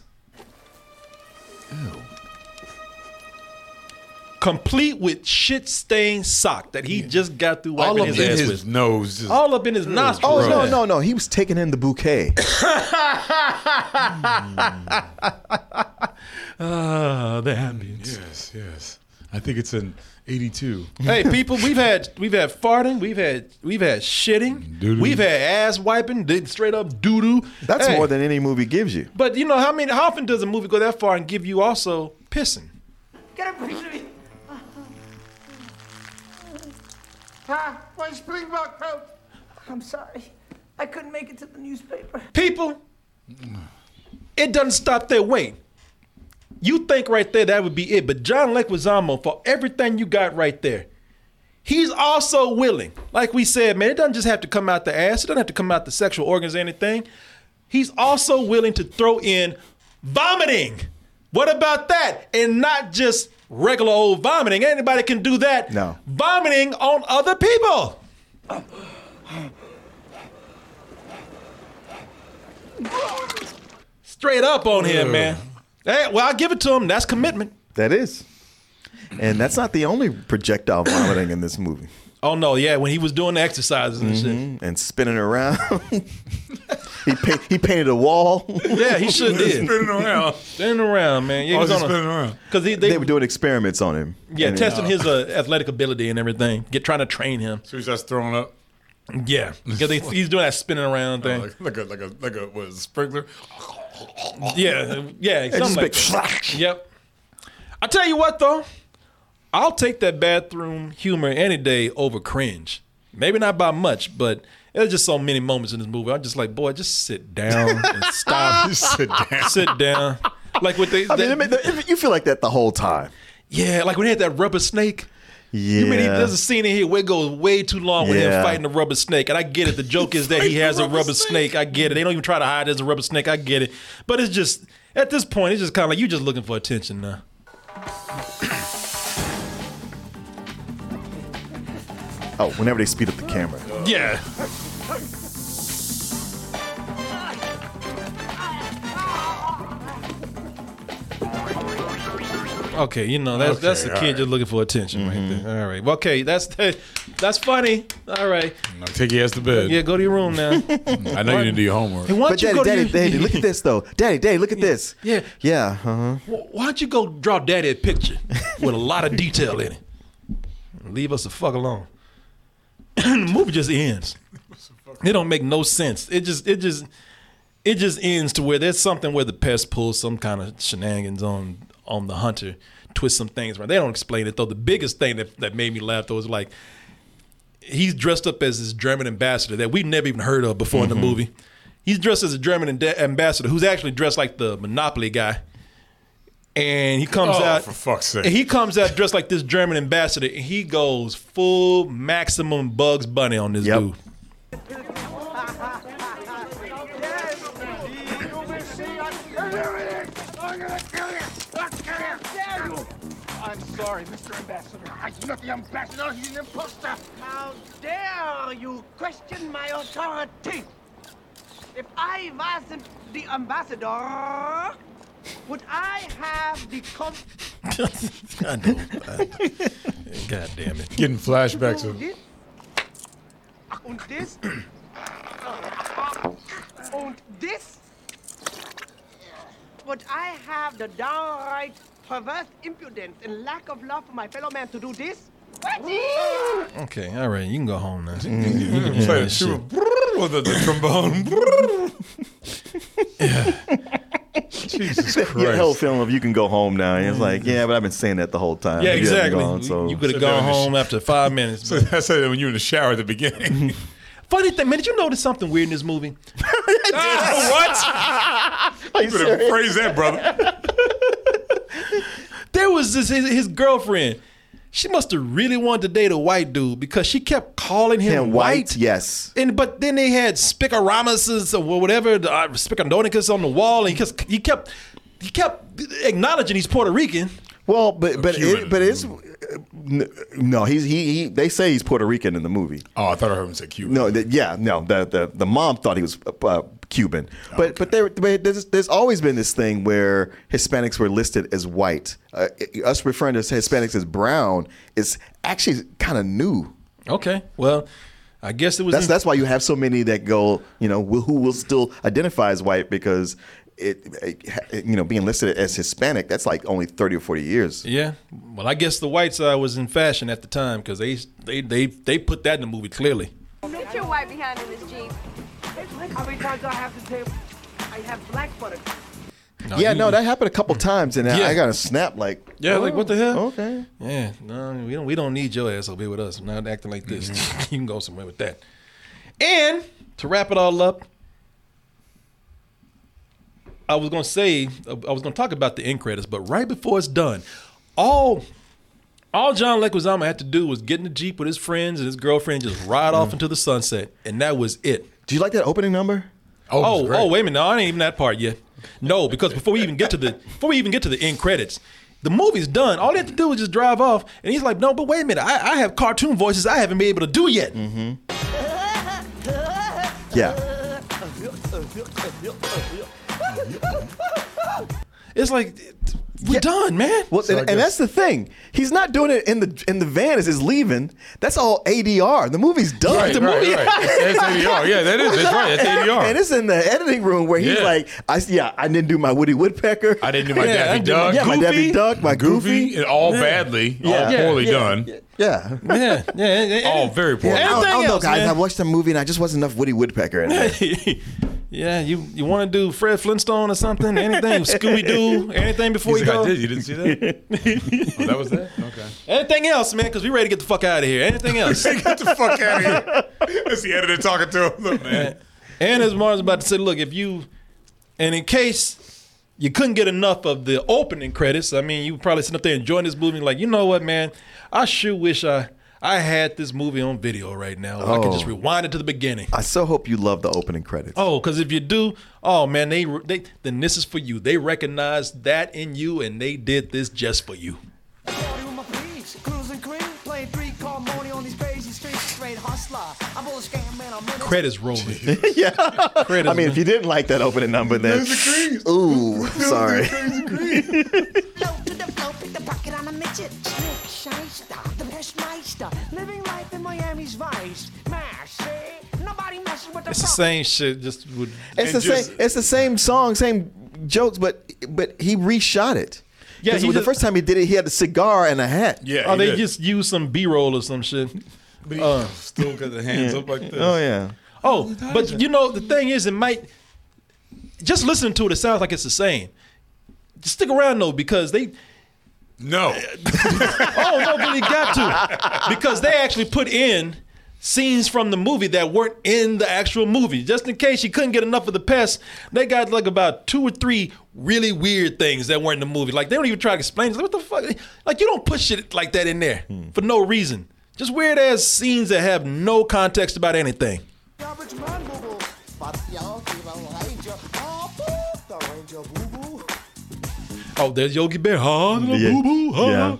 [SPEAKER 2] Complete with shit stained sock that he just got through wiping
[SPEAKER 4] All up
[SPEAKER 2] his
[SPEAKER 4] in
[SPEAKER 2] ass
[SPEAKER 4] his
[SPEAKER 2] with.
[SPEAKER 4] nose. Just,
[SPEAKER 2] All up in his nostrils.
[SPEAKER 3] Oh no, no, no! He was taking in the bouquet.
[SPEAKER 4] Ah, the ambience. Yes, yes. I think it's an 82.
[SPEAKER 2] hey people we've had we've had farting we've had we've had shitting
[SPEAKER 4] Doo-doo.
[SPEAKER 2] we've had ass wiping did straight up doo-doo
[SPEAKER 3] That's
[SPEAKER 2] Hey,
[SPEAKER 3] more than any movie gives you.
[SPEAKER 2] but you know how many how often does a movie go that far and give you also pissing
[SPEAKER 5] Get a piece of me.
[SPEAKER 8] Ah, my Springbok coat.
[SPEAKER 5] I'm sorry. I couldn't make it to the newspaper.
[SPEAKER 2] people it doesn't stop there wait you think right there that would be it but john leguizamo for everything you got right there he's also willing like we said man it doesn't just have to come out the ass it doesn't have to come out the sexual organs or anything he's also willing to throw in vomiting what about that and not just regular old vomiting anybody can do that
[SPEAKER 3] No.
[SPEAKER 2] vomiting on other people straight up on him man hey well i give it to him that's commitment
[SPEAKER 3] That is, and that's not the only projectile vomiting in this movie.
[SPEAKER 2] Oh no, yeah, when he was doing the exercises and shit.
[SPEAKER 3] And spinning around. He pa- he painted a wall.
[SPEAKER 2] Yeah, he should did. spinning around, man. Yeah, Oh, he was on a- Cause he,
[SPEAKER 3] they, were doing experiments on him.
[SPEAKER 2] Yeah,
[SPEAKER 3] And then-
[SPEAKER 2] testing his uh, athletic ability and everything. Get trying to train him.
[SPEAKER 4] So he starts throwing up.
[SPEAKER 2] Yeah, because they, he's doing that spinning around thing.
[SPEAKER 4] like, like a like a like a what, sprinkler.
[SPEAKER 2] yeah, yeah,
[SPEAKER 4] It
[SPEAKER 2] something
[SPEAKER 4] just
[SPEAKER 2] like
[SPEAKER 4] big
[SPEAKER 2] that. Yep. I tell you what though, I'll take that bathroom humor any day over cringe. Maybe not by much, but there's just so many moments in this movie. I'm just like, boy, just sit down and stop. sit down. Sit down. Like with the,
[SPEAKER 3] I mean, I mean, you feel like that the whole time.
[SPEAKER 2] yeah, like when he had that rubber snake.
[SPEAKER 3] Yeah.
[SPEAKER 2] You mean he, there's a scene in here where it goes way too long with
[SPEAKER 3] Yeah.
[SPEAKER 2] him fighting the rubber snake, and I get it. The joke is that he has a rubber snake. I get it. They don't even try to hide there's a rubber snake. I get it. But it's just at this point, it's just kind of like you just looking for attention now.
[SPEAKER 3] Oh, whenever they speed up the camera.
[SPEAKER 2] Yeah. Okay, you know that's that's the
[SPEAKER 4] Okay,
[SPEAKER 2] kid
[SPEAKER 4] all right.
[SPEAKER 2] just looking for attention right there. All right, well, okay, that's that's funny. All right,
[SPEAKER 4] take your ass to bed.
[SPEAKER 2] yeah, go to your room now.
[SPEAKER 4] I know you didn't do your homework.
[SPEAKER 2] Hey, why
[SPEAKER 3] But
[SPEAKER 2] don't you
[SPEAKER 3] daddy,
[SPEAKER 2] go to
[SPEAKER 3] daddy,
[SPEAKER 2] your-
[SPEAKER 3] daddy, look at this though. Daddy, daddy, look at this.
[SPEAKER 2] Yeah.
[SPEAKER 3] Yeah. Uh-huh.
[SPEAKER 2] Wh- Why don't you go draw daddy a picture with a lot of detail in it? Leave us the fuck alone. the movie just ends. It don't make no sense. It just it just it just ends to where there's something where the pest pulls some kind of shenanigans on on the hunter, twist some things around. They don't explain it though. The biggest thing that, that made me laugh though was like he's dressed up as this German ambassador that we've never even heard of before
[SPEAKER 4] Mm-hmm.
[SPEAKER 2] in the movie. He's dressed as a German amba- ambassador who's actually dressed like the Monopoly guy. And he comes
[SPEAKER 4] Oh,
[SPEAKER 2] out
[SPEAKER 4] for fuck's sake.
[SPEAKER 2] And he comes out dressed like this German ambassador and he goes full maximum Bugs Bunny on this dude.
[SPEAKER 13] I'm sorry, Mr. Ambassador. I'm not the ambassador, he's an imposter.
[SPEAKER 12] How dare you question my authority? If I wasn't the ambassador, would I have the comp?
[SPEAKER 2] I know. I- God damn it.
[SPEAKER 4] Getting flashbacks of
[SPEAKER 12] this und this und this would I have the downright perverse impudence and lack of love for my fellow man to do this? What?
[SPEAKER 2] Okay, all right, you can go home now.
[SPEAKER 3] Mm-hmm.
[SPEAKER 4] You can play the tuba with the, the trombone. Jesus
[SPEAKER 3] That- Your
[SPEAKER 4] Christ.
[SPEAKER 3] whole feeling of you can go home now. And it's like, yeah, but I've been saying that the whole time.
[SPEAKER 2] Yeah,
[SPEAKER 3] You haven't
[SPEAKER 2] exactly.
[SPEAKER 3] gone, so-
[SPEAKER 2] You could have gone home after five minutes.
[SPEAKER 4] So I said that when you were in the shower at the beginning.
[SPEAKER 2] Funny thing, man, did you notice something weird in this movie?
[SPEAKER 4] what? you better phrase that, brother.
[SPEAKER 2] There was this his, his girlfriend. She must have really wanted to date a white dude because she kept calling him,
[SPEAKER 3] Him white, yes.
[SPEAKER 2] And but then they had Spicoromuses or whatever the, uh, Spicodonicus on the wall, and he kept, he kept he kept acknowledging he's Puerto Rican.
[SPEAKER 3] Well, but but it, but it's n- no. He's he, he. They say he's Puerto Rican in the movie.
[SPEAKER 4] Oh, I thought I heard him say Cuban.
[SPEAKER 3] No, the, yeah, no. The, the the mom thought he was uh, Cuban, but but there but there's there's always been this thing where Hispanics were listed as white. Uh, us referring to Hispanics as brown is actually kind of new.
[SPEAKER 2] Okay, well, I guess it was
[SPEAKER 3] That's
[SPEAKER 2] in-
[SPEAKER 3] that's why you have so many that go, you know, who will still identify as white because it, it you know, being listed as Hispanic, that's like only 30 or 40 years.
[SPEAKER 2] Yeah. Well, I guess the white side was in fashion at the time because they they they they put that in the movie clearly.
[SPEAKER 20] Get your wife behind in this jeep.
[SPEAKER 12] How many times do I have to say I have black butter?
[SPEAKER 3] yeah, no, that happened a couple times and I got a snap like, oh,
[SPEAKER 2] Yeah, like what the hell?
[SPEAKER 3] Okay.
[SPEAKER 2] Yeah, no, we don't we don't need your ass over here with us. Not acting like this. you can go somewhere with that. And to wrap it all up, I was gonna say I was gonna talk about the end credits, but right before it's done, all all John Leguizamo had to do was get in the jeep with his friends and his girlfriend, just ride off into the sunset, and that was it.
[SPEAKER 3] Do you like that opening number?
[SPEAKER 2] Oh, oh, wait a minute! No, I ain't even that part yet. No, because before we even get to the before we even get to the end credits, the movie's done. All they have to do is just drive off, and he's like, "No, but wait a minute! I, I have cartoon voices I haven't been able to do yet." Mm-hmm.
[SPEAKER 3] Yeah.
[SPEAKER 2] It's like, We're done, man.
[SPEAKER 3] Well,
[SPEAKER 2] So I
[SPEAKER 3] and, and
[SPEAKER 2] guess-
[SPEAKER 3] that's the thing. He's not doing it in the in the van as he's leaving. That's all ADR. The movie's done.
[SPEAKER 4] Right,
[SPEAKER 3] the
[SPEAKER 4] right, right. That's- that's ADR. Yeah, that is. That's right. That's ADR.
[SPEAKER 3] And it's in the editing room where he's
[SPEAKER 4] Yeah.
[SPEAKER 3] like, I yeah, I didn't do my Woody Woodpecker. I
[SPEAKER 4] didn't do my Daffy
[SPEAKER 3] I
[SPEAKER 4] Duck.
[SPEAKER 3] did my- Yeah, my Daffy
[SPEAKER 4] Goofy.
[SPEAKER 3] Duck, my Goofy.
[SPEAKER 4] and all badly, all poorly
[SPEAKER 3] yeah,
[SPEAKER 4] done.
[SPEAKER 3] Yeah.
[SPEAKER 2] Yeah, yeah.
[SPEAKER 4] all very
[SPEAKER 3] Yeah,
[SPEAKER 4] poorly.
[SPEAKER 3] I, don't, I don't know,
[SPEAKER 2] else,
[SPEAKER 3] Oh, guys.
[SPEAKER 2] man.
[SPEAKER 3] I watched the movie and I just wasn't enough Woody Woodpecker in there.
[SPEAKER 2] yeah, you you want to do Fred Flintstone or something? Anything Scooby Doo? Anything before
[SPEAKER 4] He's
[SPEAKER 2] you
[SPEAKER 4] like,
[SPEAKER 2] go?
[SPEAKER 4] I did. You didn't see that? Oh, that was that? Okay.
[SPEAKER 2] Anything else, man? Because we ready to get the fuck out of here. Anything else?
[SPEAKER 4] Get the fuck out of here. That's the editor talking to him. Look, man.
[SPEAKER 2] And as Martin's about to say, look, if you, and in case you couldn't get enough of the opening credits, I mean, you were probably sitting up there enjoying this movie, like, you know what, man, I sure wish I I had this movie on video right now. I could
[SPEAKER 3] Oh.
[SPEAKER 2] just rewind it to the beginning.
[SPEAKER 3] I so hope you love the opening credits.
[SPEAKER 2] Oh, because if you do, oh man, they they then this is for you. They recognize that in you, and they did this just for you.
[SPEAKER 5] Cruising cream, playing three car money on these crazy streets. Straight hustler. I pull a scam man, I'm in it.
[SPEAKER 2] Credits rolling.
[SPEAKER 3] yeah. I mean, if you didn't like that opening number, then ooh, sorry.
[SPEAKER 5] pocket on a midget. Slick shyster, the best meister. Living life in Miami's vice. Mercy, nobody messes with the
[SPEAKER 2] It's the same shit, just with
[SPEAKER 3] It's the
[SPEAKER 2] and just-
[SPEAKER 3] same. It's the same song, same jokes, but but he reshot it.
[SPEAKER 2] Yeah,
[SPEAKER 3] Yeah,
[SPEAKER 2] he
[SPEAKER 3] the
[SPEAKER 2] just-
[SPEAKER 3] first time he did it, he had a cigar and a hat.
[SPEAKER 2] oh, they just uh, use some B roll or some shit.
[SPEAKER 4] But
[SPEAKER 3] he
[SPEAKER 4] still got the
[SPEAKER 3] hands up like this. Oh, yeah.
[SPEAKER 2] Oh, but you know the thing is, it might just listening to it. It sounds like it's the same. Just stick around though, because they.
[SPEAKER 4] No.
[SPEAKER 2] oh no, but he got to because they actually put in scenes from the movie that weren't in the actual movie. Just in case you couldn't get enough of the pest, they got like about two or three really weird things that weren't in the movie. Like they don't even try to explain. It's Like, what the fuck? Like you don't put shit like that in there
[SPEAKER 3] Hmm.
[SPEAKER 2] for no reason. Just weird ass scenes that have no context about anything.
[SPEAKER 5] average man, boo boo. But y'all keep a ranger. Oh, boo, the ranger boo boo.
[SPEAKER 2] Oh, there's Yogi Bear. Huh?
[SPEAKER 3] Yeah.
[SPEAKER 2] Boo boo. Huh?
[SPEAKER 3] Yeah.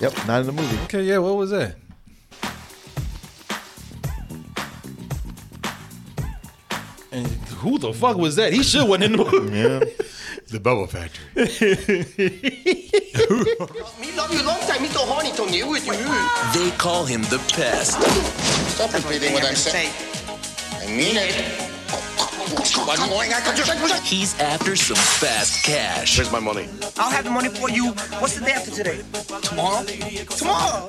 [SPEAKER 3] Yep, not in the movie.
[SPEAKER 2] Okay, yeah, what was that? And who the fuck was that? He should wasn't in the movie.
[SPEAKER 3] Yeah.
[SPEAKER 4] The Bubble Factory.
[SPEAKER 5] Me love you long time. Me so horny to you with you.
[SPEAKER 6] They call him the pest.
[SPEAKER 8] Stop repeating what I'm saying. I mean it.
[SPEAKER 6] One morning I He's after some fast cash. Where's my money?
[SPEAKER 5] I'll have the money for you. What's the day after today? Tomorrow? Tomorrow.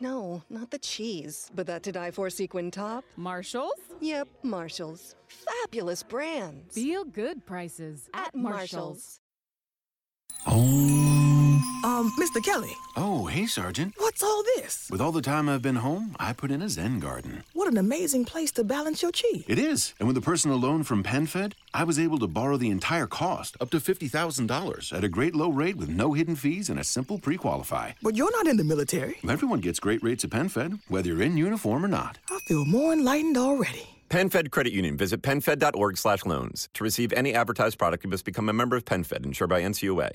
[SPEAKER 21] No, not the cheese, but that to die for sequin top.
[SPEAKER 22] Marshall's?
[SPEAKER 21] Yep, Marshall's. Fabulous brands.
[SPEAKER 22] Feel good prices at, Marshall's.
[SPEAKER 23] Um, Mr. Kelly,
[SPEAKER 24] Oh, hey, Sergeant.
[SPEAKER 23] what's all this?
[SPEAKER 24] With all the time I've been home, I put in a Zen garden.
[SPEAKER 23] What an amazing place to balance your chi.
[SPEAKER 24] It is. And with a personal loan from PenFed, I was able to borrow the entire cost, up to $50,000, at a great low rate with no hidden fees and a simple pre qualify.
[SPEAKER 23] But you're not in the military.
[SPEAKER 24] Everyone gets great rates at PenFed, whether you're in uniform or not.
[SPEAKER 23] I feel more enlightened already.
[SPEAKER 25] PenFed Credit Union. Visit PenFed.org slash loans. To receive any advertised product, you must become a member of PenFed, insured by NCUA.